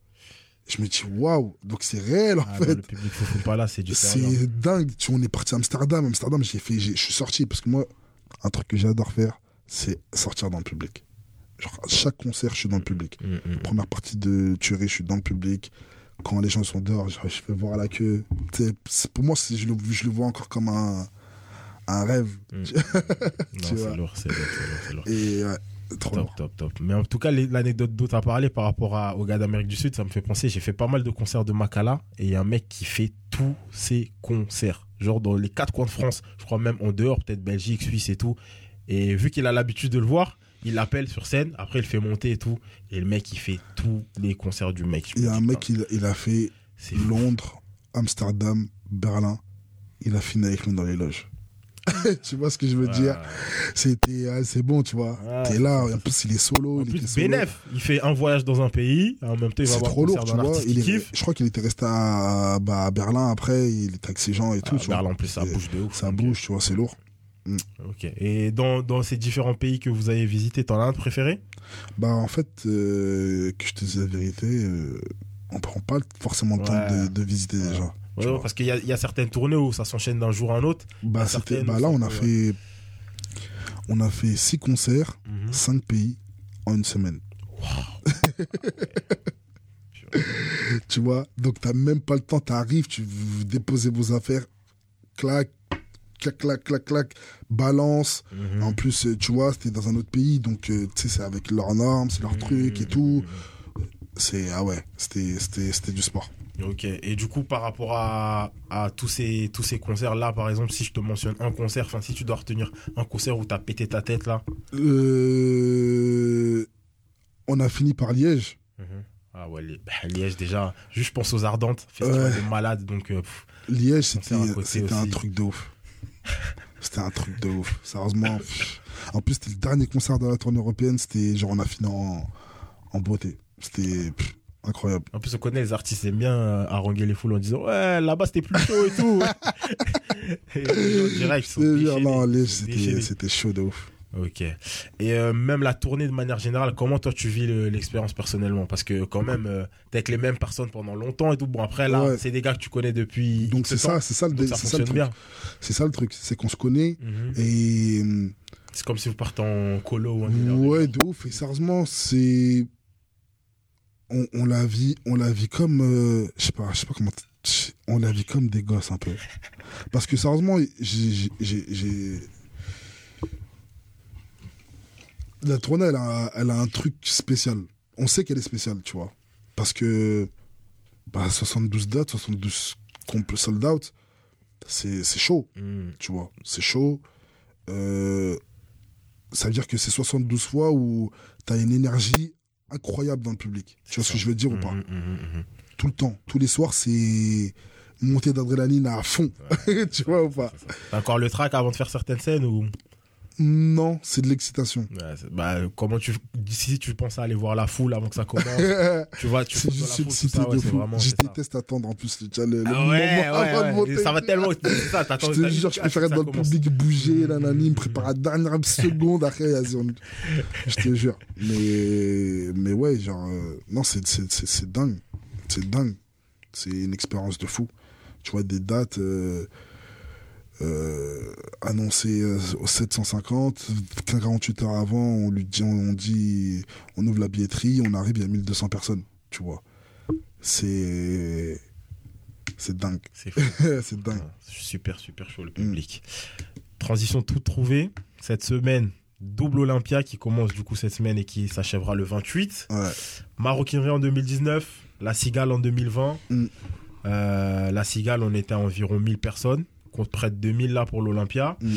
C: Je me dis, waouh, donc c'est réel en
B: Ah, non,
C: fait.
B: le hein. public Fofo pas là, c'est du sérieux.
C: C'est dingue. Tu vois, on est parti à Amsterdam. Amsterdam, j'ai fait, j'ai- je suis sorti parce que moi, un truc que j'adore faire, c'est sortir dans le public. Genre, à chaque concert, je suis dans le public.
B: Mm, mm.
C: Première partie de Tuerie, je suis dans le public. Quand les gens sont dehors, je, je vais voir la queue. Tu sais, c'est- pour moi, c'est- je le, je le vois encore comme un, un rêve.
B: Non,
C: Tu vois.
B: c'est lourd, c'est lourd, c'est lourd, c'est lourd.
C: Et ouais, trop
B: Top,
C: lourd.
B: top, top. Mais en tout cas, les- l'anecdote dont tu as parlé par rapport à, aux gars d'Amérique du Sud, ça me fait penser. J'ai fait pas mal de concerts de Makala et il y a un mec qui fait tous ses concerts. Genre dans les quatre coins de France, je crois même en dehors, peut-être Belgique, Suisse et tout. Et vu qu'il a l'habitude de le voir, il l'appelle sur scène, après il le fait monter et tout. Et le mec, il fait tous les concerts du mec. Je
C: Il y
B: me
C: a un
B: dis,
C: mec,
B: putain,
C: il, il a fait
B: C'est fou.
C: Londres, Amsterdam, Berlin. Il a fini avec nous dans les loges. tu vois ce que je veux dire C'était ah, c'est bon, tu vois.
B: Ouais.
C: T'es là, en plus il est solo,
B: ah. En
C: il était
B: plus,
C: solo.
B: bénéf, il fait un voyage dans un pays, en même temps, il va
C: C'est
B: voir
C: trop
B: un
C: lourd,
B: concert
C: tu
B: d'un
C: vois.
B: artiste
C: Il
B: qui
C: est-
B: kiffe.
C: je crois qu'il était resté à, bah, à Berlin après, il était avec ses gens et tout,
B: Ah,
C: tu vois.
B: Berlin, en plus, ça
C: Et-
B: bouge de ouf.
C: Ça
B: Ok.
C: bouge, tu vois, c'est lourd.
B: Ok. Et dans, dans ces différents pays que vous avez visités, t'en as un de préféré
C: Bah en fait, euh, que je te dise la vérité, euh, on prend pas forcément le temps
B: Ouais.
C: de, de visiter les gens.
B: Ouais,
C: tu
B: ouais,
C: vois.
B: Parce qu'il y a, il y a certaines tournées où ça s'enchaîne d'un jour à un autre.
C: Bah,
B: certaines,
C: c'était, bah là, on a
B: ouais.
C: fait, on a fait six concerts,
B: Mhm.
C: cinq pays en une semaine. tu vois, donc t'as même pas le temps, t'arrives, tu vous déposez vos affaires, clac, clac, clac, clac, clac, balance.
B: Mm. Mhm.
C: En plus, euh, tu vois, c'était dans un autre pays, donc euh, tu sais, c'est avec leurs normes, c'est
B: Mm.
C: leur truc et tout. C'est ah ouais, c'était c'était c'était du sport.
B: Mhm. Ok. Et du coup, par rapport à, à tous ces, tous ces concerts-là, par exemple, si je te mentionne un concert, enfin, si tu dois retenir un concert où t'as pété ta tête, là.
C: Euh, on a fini par Liège.
B: Ah ouais, les- bah, Liège, déjà. Juste, je pense aux Ardentes, festival
C: Ouais.
B: de malades, donc. euh, pff,
C: Liège,
B: Concert à
C: c'était
B: côté
C: c'était un
B: aussi.
C: truc de ouf. C'était un truc de ouf. Sérieusement. pff. En plus, c'était le dernier concert de la tournée européenne. C'était genre, on a fini en, en beauté. C'était pff, incroyable.
B: En plus, on connaît les artistes, ils aiment bien euh, haranguer les foules en disant Ouais, là-bas c'était plus chaud et tout. et les gens, direct, ils sont
C: Euh,
B: déchaînés,
C: non,
B: ils
C: Liège,
B: sont
C: c'était-
B: déchaînés.
C: c'était chaud de ouf.
B: Ok. Et euh, même la tournée de manière générale, comment toi tu vis le- l'expérience personnellement Parce que quand même, euh, t'es avec les mêmes personnes pendant longtemps et tout. Bon, après là,
C: Ouais.
B: c'est des gars que tu connais depuis.
C: Donc,
B: X
C: c'est
B: temps,
C: ça, c'est ça, le
B: donc
C: dé-
B: ça
C: c'est ça le
B: fonctionne
C: truc.
B: bien.
C: C'est ça le truc. C'est qu'on se connaît.
B: Mhm.
C: Et hum,
B: C'est comme si vous partez en colo ou en délire.
C: ouais, de ouf. Et sérieusement, c'est. On, on la vit, on la vit comme, euh, je sais pas, je sais pas comment, t- on la vit comme des gosses un peu. Parce que sérieusement, j'ai, j'ai- j'ai, j'ai- la tournée, elle a, elle a un truc spécial. On sait qu'elle est spéciale, tu vois, parce que bah 72 dates, 72 compl- sold out, c'est, c'est chaud
B: Mhm.
C: tu vois. C'est chaud. Euh, ça veut dire que c'est 72 fois où t'as une énergie incroyable dans le public. Tu vois ce que je veux dire ou pas
B: Mhm, mhm, mhm.
C: Tout le temps, tous les soirs, c'est montée d'adrénaline à fond. tu vois ou pas
B: T'as encore le track avant de faire certaines scènes ou
C: Non, c'est de l'excitation.
B: Ouais, c'est- bah, comment tu si tu penses à aller voir la foule avant que ça commence tu vois, tu
C: C'est
B: fous dans la
C: juste
B: foule,
C: une
B: tout
C: cité
B: ça, ouais,
C: de
B: c'est
C: fou.
B: vraiment.
C: Je
B: c'est ça.
C: déteste attendre en plus le, le, le
B: Ah
C: moment
B: ouais,
C: avant de
B: ouais, ouais.
C: monter.
B: Et Ça va tellement. C'est ça, t'attends.
C: Je te
B: t'as-
C: jure, je
B: ah,
C: préfère être
B: ça
C: dans le
B: commence. Mmh.
C: public, bouger, nanani, me préparer à la dernière seconde, après, vas-y, on- je te jure. Mais, mais ouais, genre, euh, non, c'est, c'est, c'est, c'est dingue. C'est dingue. C'est une expérience de fou. Tu vois, des dates euh, euh, annoncées euh, au 750, 48 heures avant, on lui dit, on, on dit, on ouvre la billetterie, on arrive, il y a 1200 personnes, tu vois. C'est. C'est dingue.
B: C'est fou.
C: c'est dingue. Mm.
B: Ah, Super, super chaud le public. Transition toute trouvée. Cette semaine, double Olympia qui commence du coup cette semaine et qui s'achèvera le 28.
C: Ouais.
B: Maroquinerie en 2019, la Cigale en 2020.
C: Mm.
B: Euh, la Cigale, on était à environ 1000 personnes, contre près de 2000 là pour l'Olympia.
C: Mm.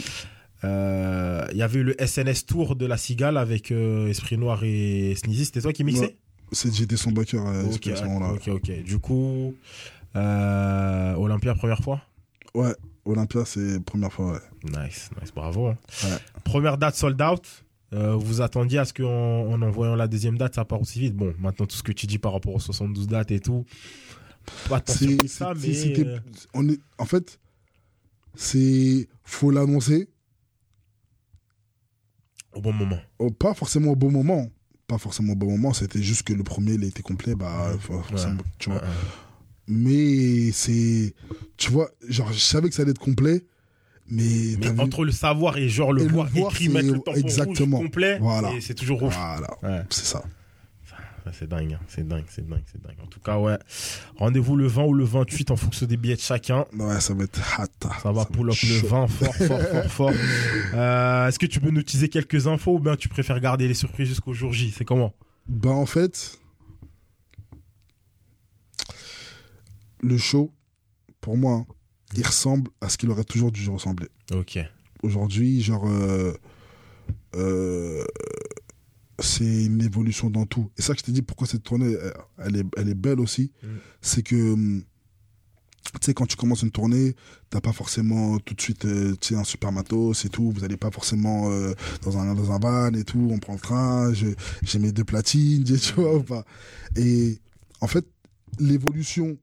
B: Euh, Il y avait eu le SNS Tour de la Cigale avec euh, Esprit Noir et Sneezy. C'était toi qui mixais
C: Ouais, C'est j'étais son backer à
B: ok,
C: ce moment-là.
B: ok, ok. Du coup, euh, Olympia, première fois
C: Ouais, Olympia, c'est première fois, ouais.
B: Nice, nice, bravo. hein.
C: Ouais.
B: Première date sold out. Euh, vous attendiez à ce qu'en en envoyant la deuxième date, ça part aussi vite. Bon, maintenant, tout ce que tu dis par rapport aux 72 dates et tout, pas tant
C: C'est-
B: sur tout ça,
C: c'est-
B: mais.
C: c'était-
B: euh,
C: on est, en fait, c'est faut l'annoncer,
B: au bon moment.
C: oh, pas forcément au bon moment, pas forcément au bon moment. C'était juste que le premier, il était complet, bah
B: Ouais.
C: faut- forcément, tu vois.
B: Ouais, ouais.
C: Mais c'est, tu vois, genre je savais que ça allait être complet, mais,
B: Mais
C: t'as vu-
B: entre le savoir et genre le,
C: Et le
B: voir,
C: voir,
B: écrit,
C: c'est-
B: mettre le tampon
C: exactement.
B: rouge complet,
C: Voilà.
B: c'est- c'est toujours rouge.
C: voilà,
B: Ouais.
C: c'est ça.
B: Ça, c'est dingue, hein. c'est dingue, c'est dingue, c'est dingue. En tout cas, ouais. Rendez-vous le 20 ou le 28 en fonction des billets de chacun.
C: Ouais, ça va être hâte.
B: Ça va pull up
C: être
B: le
C: chaud.
B: vent fort, fort, fort, fort. Euh, Est-ce que tu peux nous teaser quelques infos ou bien tu préfères garder les surprises jusqu'au jour J C'est comment
C: Bah en fait, le show, pour moi, hein, il ressemble à ce qu'il aurait toujours dû ressembler.
B: Ok.
C: Aujourd'hui, genre, euh, euh, c'est une évolution dans tout. Et ça que je t'ai dit, pourquoi cette tournée, euh, elle est, elle est belle aussi,
B: Mm.
C: c'est que, hum, tu sais, quand tu commences une tournée, t'as pas forcément tout de suite, euh, tu sais, un super matos et tout. Vous allez pas forcément euh, dans un dans un van et tout. On prend le train. je- J'ai mes deux platines, tu vois ou pas. Et en fait, l'évolution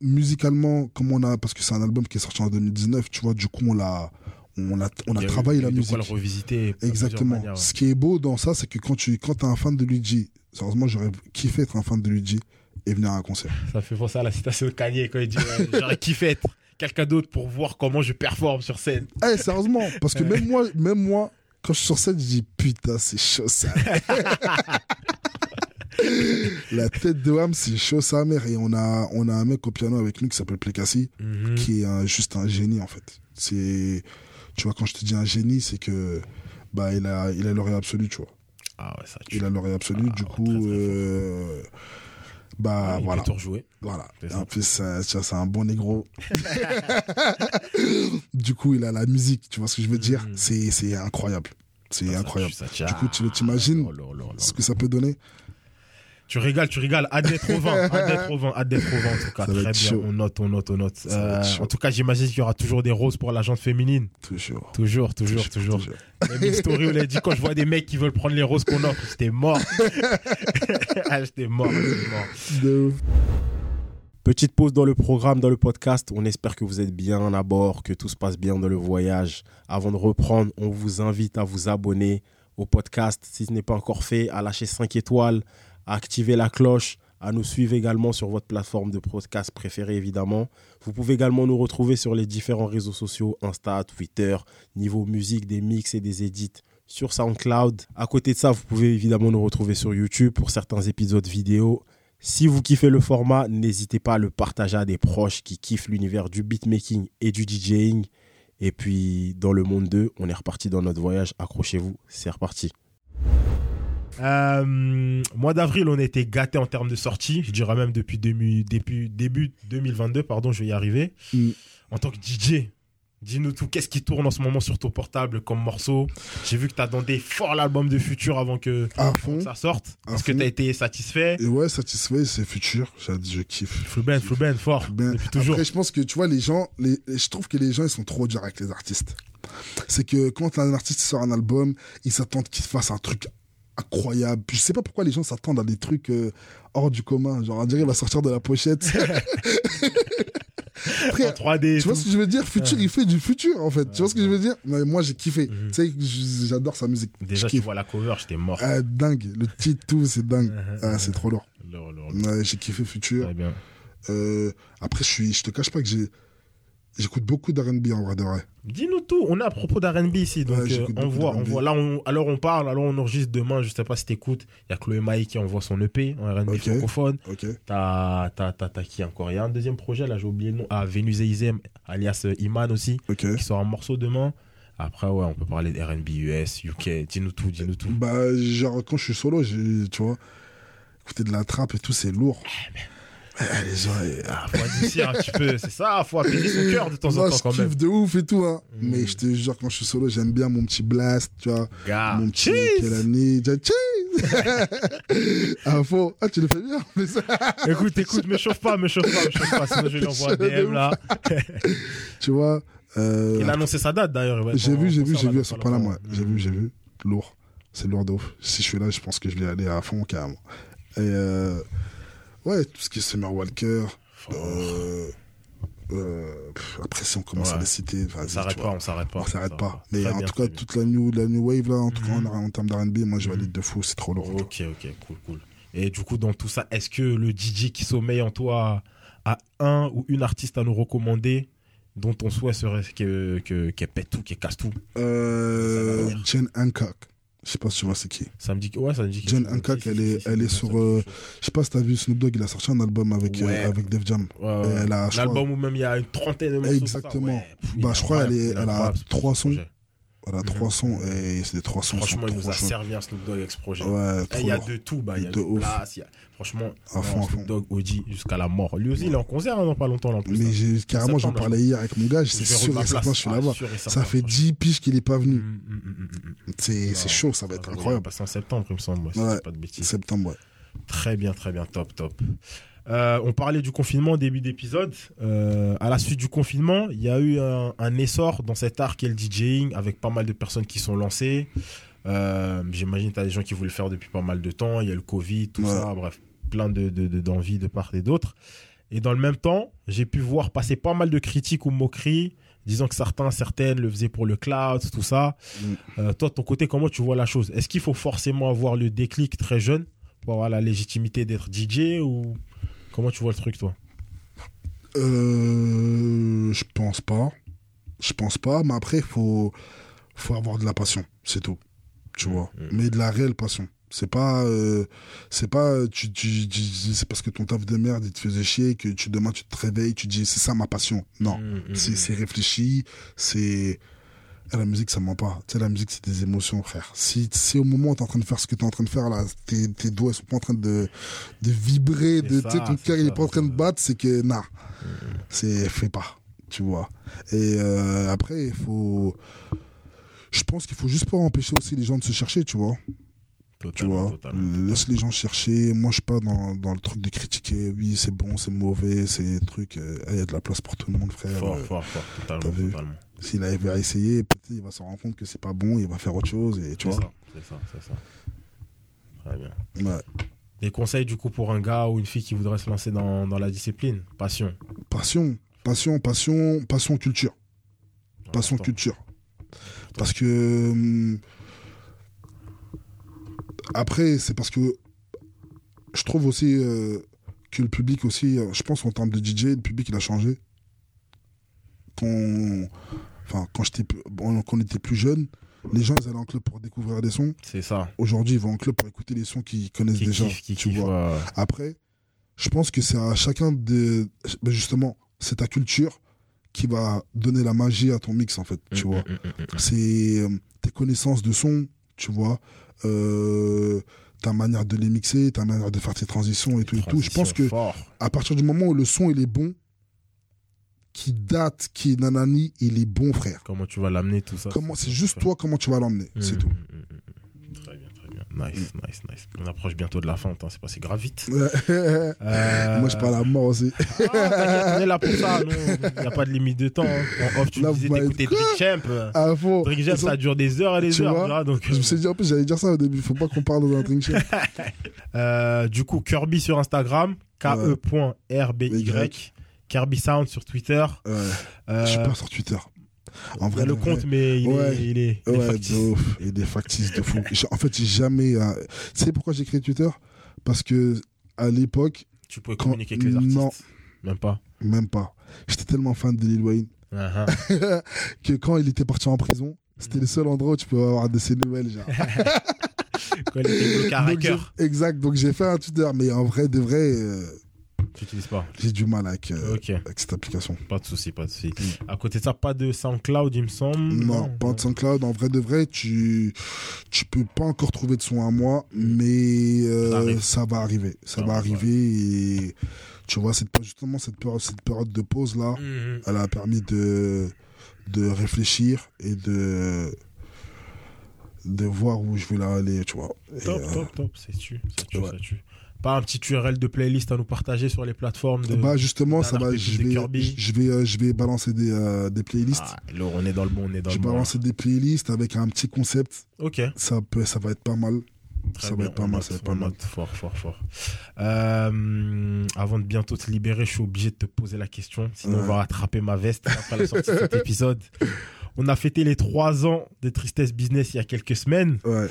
C: musicalement, comme on a, parce que c'est un album qui est sorti en 2019, tu vois, du coup, on l'a, on a, on
B: Il
C: a
B: y eu-
C: travaillé
B: il y a
C: la
B: eu de
C: musique.
B: quoi le revisiter. à
C: Exactement.
B: plusieurs manières, ouais.
C: Ce qui est beau dans ça, c'est que quand tu quand t'es un fan de Luigi, sérieusement, j'aurais kiffé être un fan de Luigi et venir à un concert.
B: Ça fait penser à la citation de Kanye quand il dit ouais, J'aurais kiffé être quelqu'un d'autre pour voir comment je performe sur scène.
C: Eh, sérieusement, parce que même moi, même moi, quand je suis sur scène, je dis putain, c'est chaud ça. la tête de Ham, c'est chaud sa mère. Et on a, on a un mec au piano avec nous qui s'appelle Plecassi,
B: Mhm. Mm.
C: qui est un- juste un génie en fait. C'est, tu vois, quand je te dis un génie, c'est que bah il a, il a l'oreille absolue, tu vois.
B: Ah ouais, ça tue.
C: il a l'oreille absolue.
B: Ah,
C: du
B: ouais,
C: coup,
B: très, très fort. Ah,
C: euh, bah
B: il
C: voilà,
B: peut tout rejouer.
C: voilà.
B: C'est
C: Et
B: ça.
C: En plus, ça- tu vois, c'est un bon négro. du coup, il a la musique. Tu vois ce que je veux dire
B: Mhm.
C: C'est c'est incroyable. C'est
B: Ah, Ça
C: incroyable.
B: tue, ça tue.
C: Du coup, tu
B: Ah,
C: t'imagines
B: oh là là là.
C: Ce que ça peut donner.
B: Tu régales, tu régales. Hâte d'être au vent, hâte d'être au vent, hâte d'être au vent. En tout cas,
C: Ça va
B: très bien.
C: être chaud.
B: On note, on note, on note.
C: Ça va être
B: Euh,
C: chaud.
B: en tout cas, j'imagine qu'il y aura toujours des roses pour la jante féminine.
C: Toujours.
B: Toujours, toujours, toujours. La Big Story, on l'a dit, quand je vois des mecs qui veulent prendre les roses qu'on offre, j'étais mort. ah, j'étais mort, j'étais mort.
C: De ouf.
B: Petite pause dans le programme, dans le podcast. On espère que vous êtes bien à bord, que tout se passe bien dans le voyage. Avant de reprendre, on vous invite à vous abonner au podcast si ce n'est pas encore fait, à lâcher 5 étoiles, à activer la cloche, à nous suivre également sur votre plateforme de podcast préférée évidemment. Vous pouvez également nous retrouver sur les différents réseaux sociaux Insta, Twitter, niveau musique, des mix et des edits sur SoundCloud. À côté de ça, vous pouvez évidemment nous retrouver sur YouTube pour certains épisodes vidéo si vous kiffez le format, n'hésitez pas à le partager à des proches qui kiffent l'univers du beatmaking et du DJing. Et puis, dans le monde 2, on est reparti dans notre voyage. Accrochez-vous, c'est reparti. Euh, mois d'avril, on était gâtés en termes de sorties. Je dirais même depuis, demi- depuis début 2022, pardon, je vais y arriver.
C: Mm.
B: En tant que DJ, dis-nous tout. Qu'est-ce qui tourne en ce moment sur ton portable comme morceau J'ai vu que tu attendais fort l'album de Futur avant que,
C: À
B: avant
C: fond.
B: que ça sorte.
C: À
B: Est-ce que
C: fond.
B: tu as été satisfait
C: Et ouais, satisfait, c'est futur. J'ai dit, Je kiffe.
B: Fluben, Fluben, fort.
C: Ben,
B: Depuis toujours.
C: Après, je pense que tu vois, les gens, les, je trouve que les gens, ils sont trop durs avec les artistes. C'est que quand un artiste sort un album, ils s'attendent qu'il fasse un truc incroyable. Je sais pas pourquoi les gens s'attendent à des trucs euh, hors du commun. Genre, on dirait il va sortir de la pochette.
B: en
C: Frère,
B: 3D. et
C: tu vois
B: tout.
C: ce que je veux dire Futur, il fait du futur, en fait. Tu vois ce que je veux dire Mais Moi, j'ai kiffé.
B: Mhm.
C: Tu sais, j- j'adore sa musique.
B: Déjà,
C: je
B: tu
C: kiffe.
B: vois la cover, j'étais mort.
C: Ah, dingue. Le titre, tout, c'est dingue.
B: Mhm.
C: Ah, c'est trop lourd.
B: Lourd, lourd, lourd.
C: Ouais, j'ai kiffé Futur.
B: Très bien.
C: Euh, après, je suis, je te cache pas que j'ai, j'écoute beaucoup d'R&B en vrai de vrai.
B: Dis-nous tout, on est à propos d'RB ici, donc
C: Ouais,
B: euh,
C: j'écoute
B: on
C: beaucoup
B: voit, on
C: d'R&B.
B: voit. Là, on, alors on parle, alors on enregistre demain, je sais pas si t'écoutes. Il y a Chloé Maï qui envoie son EP en RB
C: Ok.
B: francophone.
C: Ok.
B: T'as, t'as, t'as, t'as qui encore Il y a un deuxième projet, là j'ai oublié le nom, ah, Vénus et Izem, alias euh, Iman aussi,
C: Ok.
B: qui sort un morceau demain. Après, ouais, on peut parler de RB US, UK, dis-nous tout, dis-nous tout.
C: Bah, genre, quand je suis solo, j'ai- tu vois, écouter de la trappe et tout, c'est lourd.
B: Eh,
C: Ouais, les gens, ils-
B: Ah, faut adoucir un petit peu, c'est ça, faut apaiser son cœur de temps en
C: Bah, Moi,
B: temps
C: je
B: quand même.
C: kiffe de ouf et tout, hein.
B: Mm.
C: Mais je te jure, quand je suis solo, j'aime bien mon petit blast, tu vois.
B: Gars,
C: mon petit
B: Ah. cheese
C: Kelani, tu vois, cheese! ah, faux. Ah, tu le fais bien. mais ça-
B: Écoute, écoute, me chauffe pas, me chauffe pas, me chauffe pas, sinon je lui envoie un DM là.
C: tu vois, euh,
B: Il a annoncé sa date d'ailleurs. il va être
C: j'ai
B: en
C: vu, j'ai vu,
B: concert,
C: j'ai
B: là,
C: vu à
B: dans
C: ce
B: pas
C: point-là,
B: longtemps.
C: moi. J'ai vu, j'ai vu. Lourd. C'est lourd de ouf. Si je suis là, je pense que je vais aller à fond, carrément. Et, euh, ouais, tout ce qui est Summer Walker,
B: Oh,
C: Euh, euh, pff, après, si on commence
B: Ouais.
C: à les citer,
B: On
C: vas-y,
B: s'arrête
C: tu
B: pas,
C: vois.
B: on s'arrête pas.
C: On s'arrête pas. Mais
B: Très
C: en
B: bien,
C: tout cas,
B: très bien.
C: toute la new, la new wave, là, en tout cas,
B: Mhm.
C: en, en termes d'RB, moi, je
B: Mhm.
C: valide de fou, c'est trop lourd. en tout cas.
B: Ok, ok, cool, cool. Et du coup, dans tout ça, est-ce que le DJ qui sommeille en toi a un ou une artiste à nous recommander dont ton souhait serait que- que- qu'elle pète tout, qu'elle casse tout Ça va
C: Euh,
B: venir.
C: Jen Hancock. Je sais pas si tu vois c'est qui.
B: Ça me dit que. Ouais, ça me dit que.
C: Jen Hancock, elle est, elle est sur, euh, je sais pas si t'as vu Snoop Dogg, il a sorti un album avec, euh,
B: Ouais.
C: avec Def Jam.
B: Ouais, ouais.
C: et elle a, Ah, je crois-
B: L'album où même il y a une trentaine de morceaux. c'est ça
C: Exactement.
B: Ouais, pff, il
C: Bah,
B: est
C: je crois, elle
B: incroyable,
C: est,
B: il est
C: elle a
B: incroyable, ce
C: trois sons,
B: projet.
C: elle a trois sons, et c'est des trois sons,
B: Franchement, il
C: sont
B: nous
C: trop
B: a
C: chauds.
B: servi un Snoop Dogg avec ce projet.
C: Ouais,
B: Eh,
C: trop
B: Il y a
C: lourd.
B: de tout, bah, il y a
C: De
B: de
C: ouf.
B: place, il y a- franchement,
C: À fond,
B: non,
C: à fond.
B: Snoop Dogg, Audi jusqu'à la mort. Lui aussi, il est en concert hein, dans pas longtemps, là, en plus.
C: Mais
B: hein.
C: j'ai, carrément, j'en
B: septembre, là.
C: parlais hier avec mon gars,
B: Je
C: c'est
B: vais rendre
C: sûr,
B: la
C: et certain,
B: place.
C: je suis
B: Ah,
C: là-bas.
B: sûr et certain,
C: Ça fait
B: franchement.
C: 10 piges qu'il est pas
B: Mm,
C: venu.
B: mm, mm, mm, mm.
C: C'est,
B: Non,
C: c'est chaud, ça va être
B: Ça,
C: incroyable.
B: passer en septembre, il me semble. ouais, si je
C: Ouais.
B: dis pas de bêtises.
C: Septembre, ouais.
B: Très bien, très bien, top, top. Euh, on parlait du confinement au début d'épisode. Euh, à la suite du confinement, il y a eu un, un essor dans cet art qui est le DJing, avec pas mal de personnes qui sont lancées. Euh, J'imagine que tu as des gens qui voulaient le faire depuis pas mal de temps. Il y a le Covid, tout
C: Ouais.
B: ça, bref, plein d'envies de, de, d'envie de part et d'autre. Et dans le même temps, j'ai pu voir passer pas mal de critiques ou moqueries, disant que certains, certaines le faisaient pour le cloud, tout ça.
C: Mm.
B: Euh, toi, de ton côté, comment tu vois la chose Est-ce qu'il faut forcément avoir le déclic très jeune pour avoir la légitimité d'être DJ ou comment tu vois le truc, toi
C: Euh, je pense pas. Je pense pas, mais après, faut, faut avoir de la passion, c'est tout. Tu vois.
B: Mm.
C: Mais de la réelle passion. C'est pas, euh, c'est pas, euh, tu, tu, tu- c'est parce que ton taf de merde, il te faisait chier, que tu, demain, tu te réveilles, tu te dis, c'est ça ma passion. Non.
B: Mm, Mhm.
C: C'est, c'est réfléchi, c'est, Eh, la musique, ça ment pas. Tu sais, la musique, c'est des émotions, frère. Si, si au moment où t'es en train de faire ce que t'es en train de faire, là, tes, tes doigts, ils sont pas en train de, de vibrer,
B: C'est
C: de, tu sais,
B: ça,
C: ton
B: c'est
C: cœur, il est
B: ça, Mhm.
C: pas en train de
B: c'est-
C: battre, c'est que, nah. C'est, fais pas. Tu vois. Et, euh, après, il faut, je pense qu'il faut juste pas empêcher aussi les gens de se chercher, tu vois. Tu vois. Mm. Laisse les gens chercher. Moi, je suis pas dans, dans le truc de critiquer. Oui, c'est bon, c'est mauvais, c'est des trucs, euh, eh, il y a de la place pour tout le monde, frère.
B: Fort,
C: Euh,
B: fort, fort, totalement.
C: t'as vu
B: totalement.
C: s'il arrive à essayer, peut-être il va se rendre compte que c'est pas bon, il va faire autre chose et tu
B: C'est
C: vois.
B: ça, c'est ça, c'est ça. Très bien.
C: Ouais.
B: Des conseils du coup pour un gars ou une fille qui voudrait se lancer dans, dans la discipline Passion.
C: Passion, passion, passion, passion culture, passion
B: Important.
C: culture. Parce que hum, après c'est parce que je trouve aussi euh, que le public aussi, euh, je pense en termes de DJ, le public il a changé. Quand, enfin quand j'étais, plus- bon, quand on était plus jeune, les gens ils allaient en club pour découvrir des sons.
B: C'est ça.
C: Aujourd'hui ils vont en club pour écouter les sons qu'ils connaissent
B: Qui
C: déjà.
B: kiffe, qui
C: tu
B: kiffe, euh,
C: vois.
B: ouais, ouais.
C: Après, je pense que c'est à chacun de. ben Justement, c'est ta culture qui va donner la magie à ton mix, en fait, tu
B: Mm,
C: vois.
B: mm, mm, mm,
C: C'est euh, tes connaissances de son, tu vois. euh, ta manière de les mixer, ta manière de faire tes transitions et tout et tout. Je pense que
B: Transition fort.
C: à partir du moment où le son il est bon, qui date, qui est nanani, il est bon, frère.
B: Comment tu vas l'amener, tout ça
C: Comment c'est juste toi comment tu vas l'emmener, c'est
B: Mm,
C: tout. Mm.
B: mm, mm, mm. Très bien, très bien. Nice, nice, nice. On approche bientôt de la fin, attends, c'est passé grave vite. Euh,
C: Moi je parle à mort aussi.
B: Ah, t'inquiète, on est là pour ça, il n'y a pas de limite de temps. hein. En off, tu
C: Là,
B: me
C: bah, vous
B: disais
C: m'avez
B: d'écouter
C: dit quoi
B: Drink Champ.
C: À fond.
B: Drink Champ,
C: Ils ont-
B: ça dure des heures et des
C: Tu
B: heures.
C: vois,
B: tu vois, donc,
C: Je me suis dit, en plus, j'allais dire ça au début. Faut pas qu'on parle dans un drink shop.
B: euh, du coup, Kirby sur Instagram, E
C: Ouais.
B: ke.rby. Kirby Sound sur Twitter.
C: Ouais,
B: Euh,
C: je suis pas sur Twitter. En
B: il y
C: vrai,
B: a le
C: de vrai.
B: compte, mais il
C: Ouais.
B: est, il est, il est
C: Ouais,
B: factice.
C: de ouf. Et des factices de fou. J'ai- En fait, j'ai jamais. euh, Tu sais pourquoi j'ai créé Twitter Parce que à l'époque,
B: Tu pouvais
C: Quand-
B: communiquer avec les artistes.
C: non.
B: Même pas.
C: Même pas. J'étais tellement fan de Lil Wayne
B: Uh-huh.
C: que quand il était parti en prison, c'était le seul endroit où tu pouvais avoir de ses nouvelles. Genre.
B: Quand il était bloqué à
C: Donc, j'ai-
B: Racker,
C: exact. Donc j'ai fait un Twitter, mais en vrai, de vrai, euh,
B: tu utilises pas.
C: j'ai du mal avec, euh,
B: Ok,
C: avec cette application.
B: pas de souci, pas de souci. À côté de ça, pas de SoundCloud, il me semble.
C: Non, pas de SoundCloud. En vrai de vrai, tu tu peux pas encore trouver de son à moi, mais euh,
B: Ça arrive.
C: ça va arriver. Ça
B: Ça
C: va
B: arrive,
C: arriver et tu vois cette justement cette période cette période de pause là,
B: Mhm.
C: elle a permis de de réfléchir et de de voir où je voulais aller, tu vois. Et,
B: Top,
C: euh,
B: top, top, c'est tu, c'est tu,
C: ouais.
B: c'est tu. Pas un petit URL de playlist à nous partager sur les plateformes de. Ah,
C: bah justement, ça
B: d'un
C: va.
B: artiste
C: Je
B: de
C: vais
B: Kirby.
C: je vais euh, je vais balancer des euh, des playlists.
B: Ah, Laure, on est dans le bon, on est dans
C: je
B: le
C: vais
B: bon.
C: balancer des playlists avec un petit concept.
B: Ok,
C: Ça peut ça va être pas mal.
B: très
C: ça
B: bien.
C: va être pas
B: on
C: mal.
B: note,
C: Ça va être pas
B: on
C: mal.
B: note. Fort, fort, fort. Euh, avant de bientôt te libérer, je suis obligé de te poser la question. Sinon, on
C: Ouais.
B: va rattraper ma veste après la sortie de cet épisode. On a fêté les trois ans de Tristesse Business il y a quelques semaines.
C: Ouais.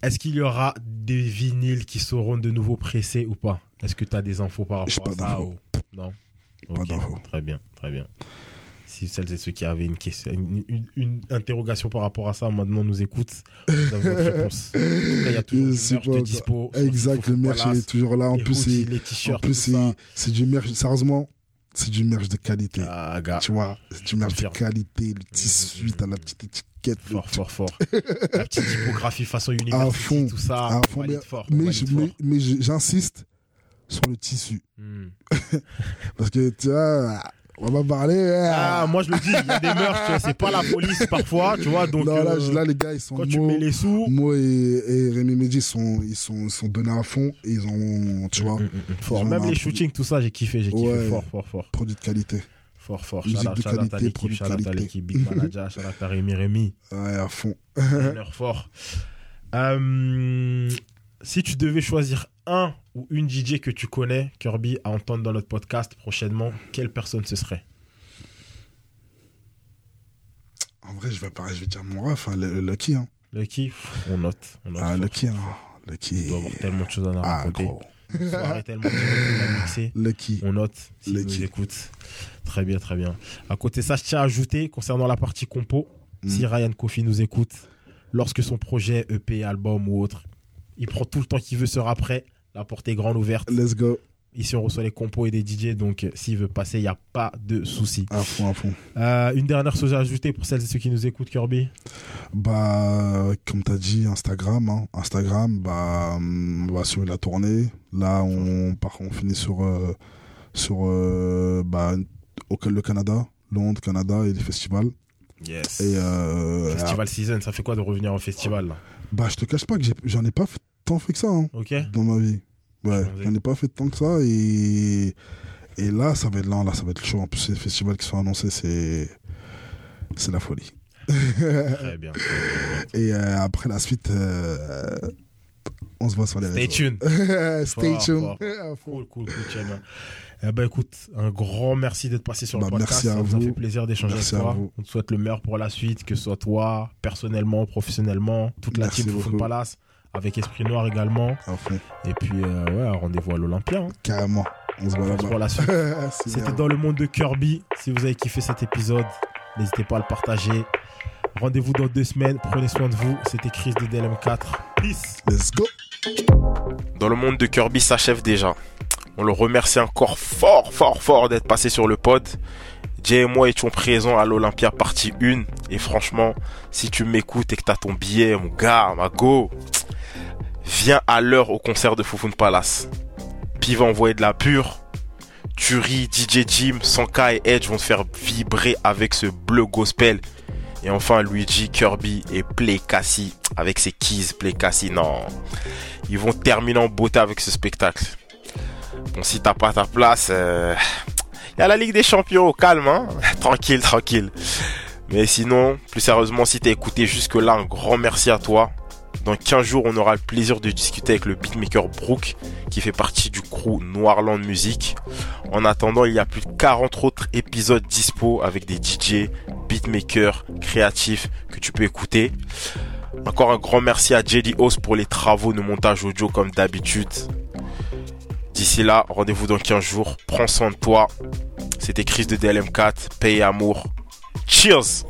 B: Est-ce qu'il y aura des vinyles qui seront de nouveau pressés ou pas Est-ce que tu as des infos par
C: J'ai
B: rapport à
C: pas
B: ça
C: d'infos.
B: ou- Non
C: Pas
B: Ok,
C: d'infos.
B: Très bien, très bien. Si celles et ceux qui avaient une, question, une, une- une interrogation par rapport à ça, maintenant nous écoutent, vous avez votre réponse. En tout cas, il y a toujours
C: Je
B: du
C: sais
B: merch
C: pas,
B: de dispo. sur
C: Exact,
B: Dispo
C: le merch il
B: Palace,
C: est toujours là. En
B: les
C: plus,
B: hoodies,
C: c'est,
B: les
C: en
B: t-shirts,
C: plus,
B: tout
C: c'est, c'est du merch, sérieusement, c'est du merch de qualité.
B: ça. Ah, gars,
C: Tu vois, c'est du merch de
B: Confirme.
C: qualité, le tissu,
B: Mhm.
C: t'as la petite étiquette. le
B: fort,
C: truc.
B: fort, fort. La petite typographie façon université,
C: fond,
B: tout ça.
C: à
B: on
C: fond,
B: valide fort, on
C: Mais,
B: valide
C: je-
B: fort.
C: mais, mais je- j'insiste sur le tissu.
B: Hmm.
C: Parce que, tu vois, on va parler. euh,
B: Ah, moi je le dis, il y a des mœurs, tu vois, c'est pas la police parfois, tu vois. Donc,
C: non, là,
B: euh,
C: je- là, les gars, ils sont
B: quand tu
C: Mo,
B: mets les sous.
C: Mo et, et Rémi Mehdi, ils sont, ils sont, ils sont donnés à fond et ils ont,
B: Mm,
C: tu vois,
B: Fort.
C: Ils ont
B: Même
C: un
B: les
C: produit-
B: shootings, tout ça, j'ai kiffé, j'ai kiffé
C: Ouais.
B: fort, fort, fort.
C: produit de qualité.
B: Fort, fort.
C: Musique
B: Shout-out,
C: de
B: shout-out
C: qualité,
B: à l'équipe,
C: produit de
B: shout-out à
C: qualité.
B: l'équipe, Big Manager, shout-out à Rémi Rémi.
C: Ouais, à fond.
B: Honneur fort. Euh, si tu devais choisir un ou une DJ que tu connais, Kirby, à entendre dans notre podcast prochainement, quelle personne ce serait
C: En vrai, je vais, pas, je vais dire mon ref, hein, le- le Lucky. Hein.
B: Lucky Pff, On note. On note
C: Ah,
B: fort.
C: Lucky, hein. Lucky.
B: Il doit avoir tellement de choses à nous
C: Ah,
B: raconter.
C: gros.
B: Soirée tellement de choses à mixer.
C: Lucky.
B: On note si
C: Les
B: nous
C: qui-
B: écoute. Très bien, très bien. À côté de ça, je tiens à ajouter concernant la partie compo,
C: Mm.
B: si Ryan Kofi nous écoute, lorsque son projet EP, album ou autre, il prend tout le temps qu'il veut sera après La porte est grande ouverte.
C: Let's go.
B: Ici, on reçoit les compos et des DJ, donc euh, s'il veut passer, il n'y a pas de souci.
C: À fond, à fond.
B: Euh, une dernière chose à ajouter pour celles et ceux qui nous écoutent, Kirby.
C: Bah, comme t'as dit, Instagram. Hein. Instagram, bah, hum, on va suivre la tournée. Là, on, part, on finit sur, euh, sur euh, bah, au, le Canada, Londres, Canada et les festivals.
B: Yes.
C: Et, euh,
B: Festival Season, ça fait quoi de revenir au festival là
C: bah, je te cache pas que j'ai- j'en ai pas fait- tant fait que ça. Hein.
B: Ok
C: dans ma vie. Ouais,
B: Changé.
C: j'en ai pas fait tant que ça et et là ça va être là, là ça va être chaud. En plus les festivals qui sont annoncés c'est c'est la folie.
B: Très bien.
C: Et euh, après la suite, euh, on se voit sur les
B: Stay
C: réseaux.
B: tuned.
C: Stay
B: Fort,
C: tuned.
B: fort. Cool, cool, cool, tiens bien. Eh ben écoute, un grand merci d'être passé sur
C: Bah,
B: le podcast.
C: merci à
B: ça nous a
C: vous.
B: fait plaisir d'échanger avec
C: Merci à
B: toi.
C: vous.
B: On te souhaite le meilleur pour la suite, que ce soit toi, personnellement, professionnellement, toute la
C: Merci
B: team Foufoune
C: beaucoup.
B: Palace, avec Esprit Noir également.
C: À fond,
B: Et puis euh, ouais, rendez-vous à l'Olympia. hein.
C: carrément. On se voit
B: Force pour
C: là-bas.
B: la suite.
C: C'est
B: C'était
C: bah, bien.
B: dans le monde de Kirby. Si vous avez kiffé cet épisode, n'hésitez pas à le partager. Rendez-vous dans deux semaines. Prenez soin de vous. C'était Chris de DLM4. Peace.
C: Let's go.
A: Dans le monde de Kirby s'achève déjà. On le remercie encore fort, fort, fort d'être passé sur le pod. Jay et moi étions présents à l'Olympia partie 1. Et franchement, si tu m'écoutes et que t'as ton billet, mon gars, ma go, viens à l'heure au concert de Foufoun Palace. Puis va envoyer de la pure. Turi, DJ Jim, Sanka et Edge vont te faire vibrer avec ce bleu gospel. Et enfin, Luigi, Kirby et Play Cassie avec ses keys. Play Cassie, non ils vont terminer en beauté avec ce spectacle. Bon, si t'as pas ta place, il y a la Ligue des Champions, au calme, hein tranquille, tranquille. Mais sinon, plus sérieusement, si t'as écouté jusque-là, un grand merci à toi. Dans 15 jours, on aura le plaisir de discuter avec le beatmaker Brooke, qui fait partie du crew Noirland Music. En attendant, il y a plus de 40 autres épisodes dispo avec des DJ, beatmakers, créatifs que tu peux écouter. Encore un grand merci à JD Host pour les travaux de montage audio comme d'habitude.
B: D'ici là, rendez-vous dans 15 jours. Prends soin de toi. C'était Chris de DLM4. Paix et amour. Cheers!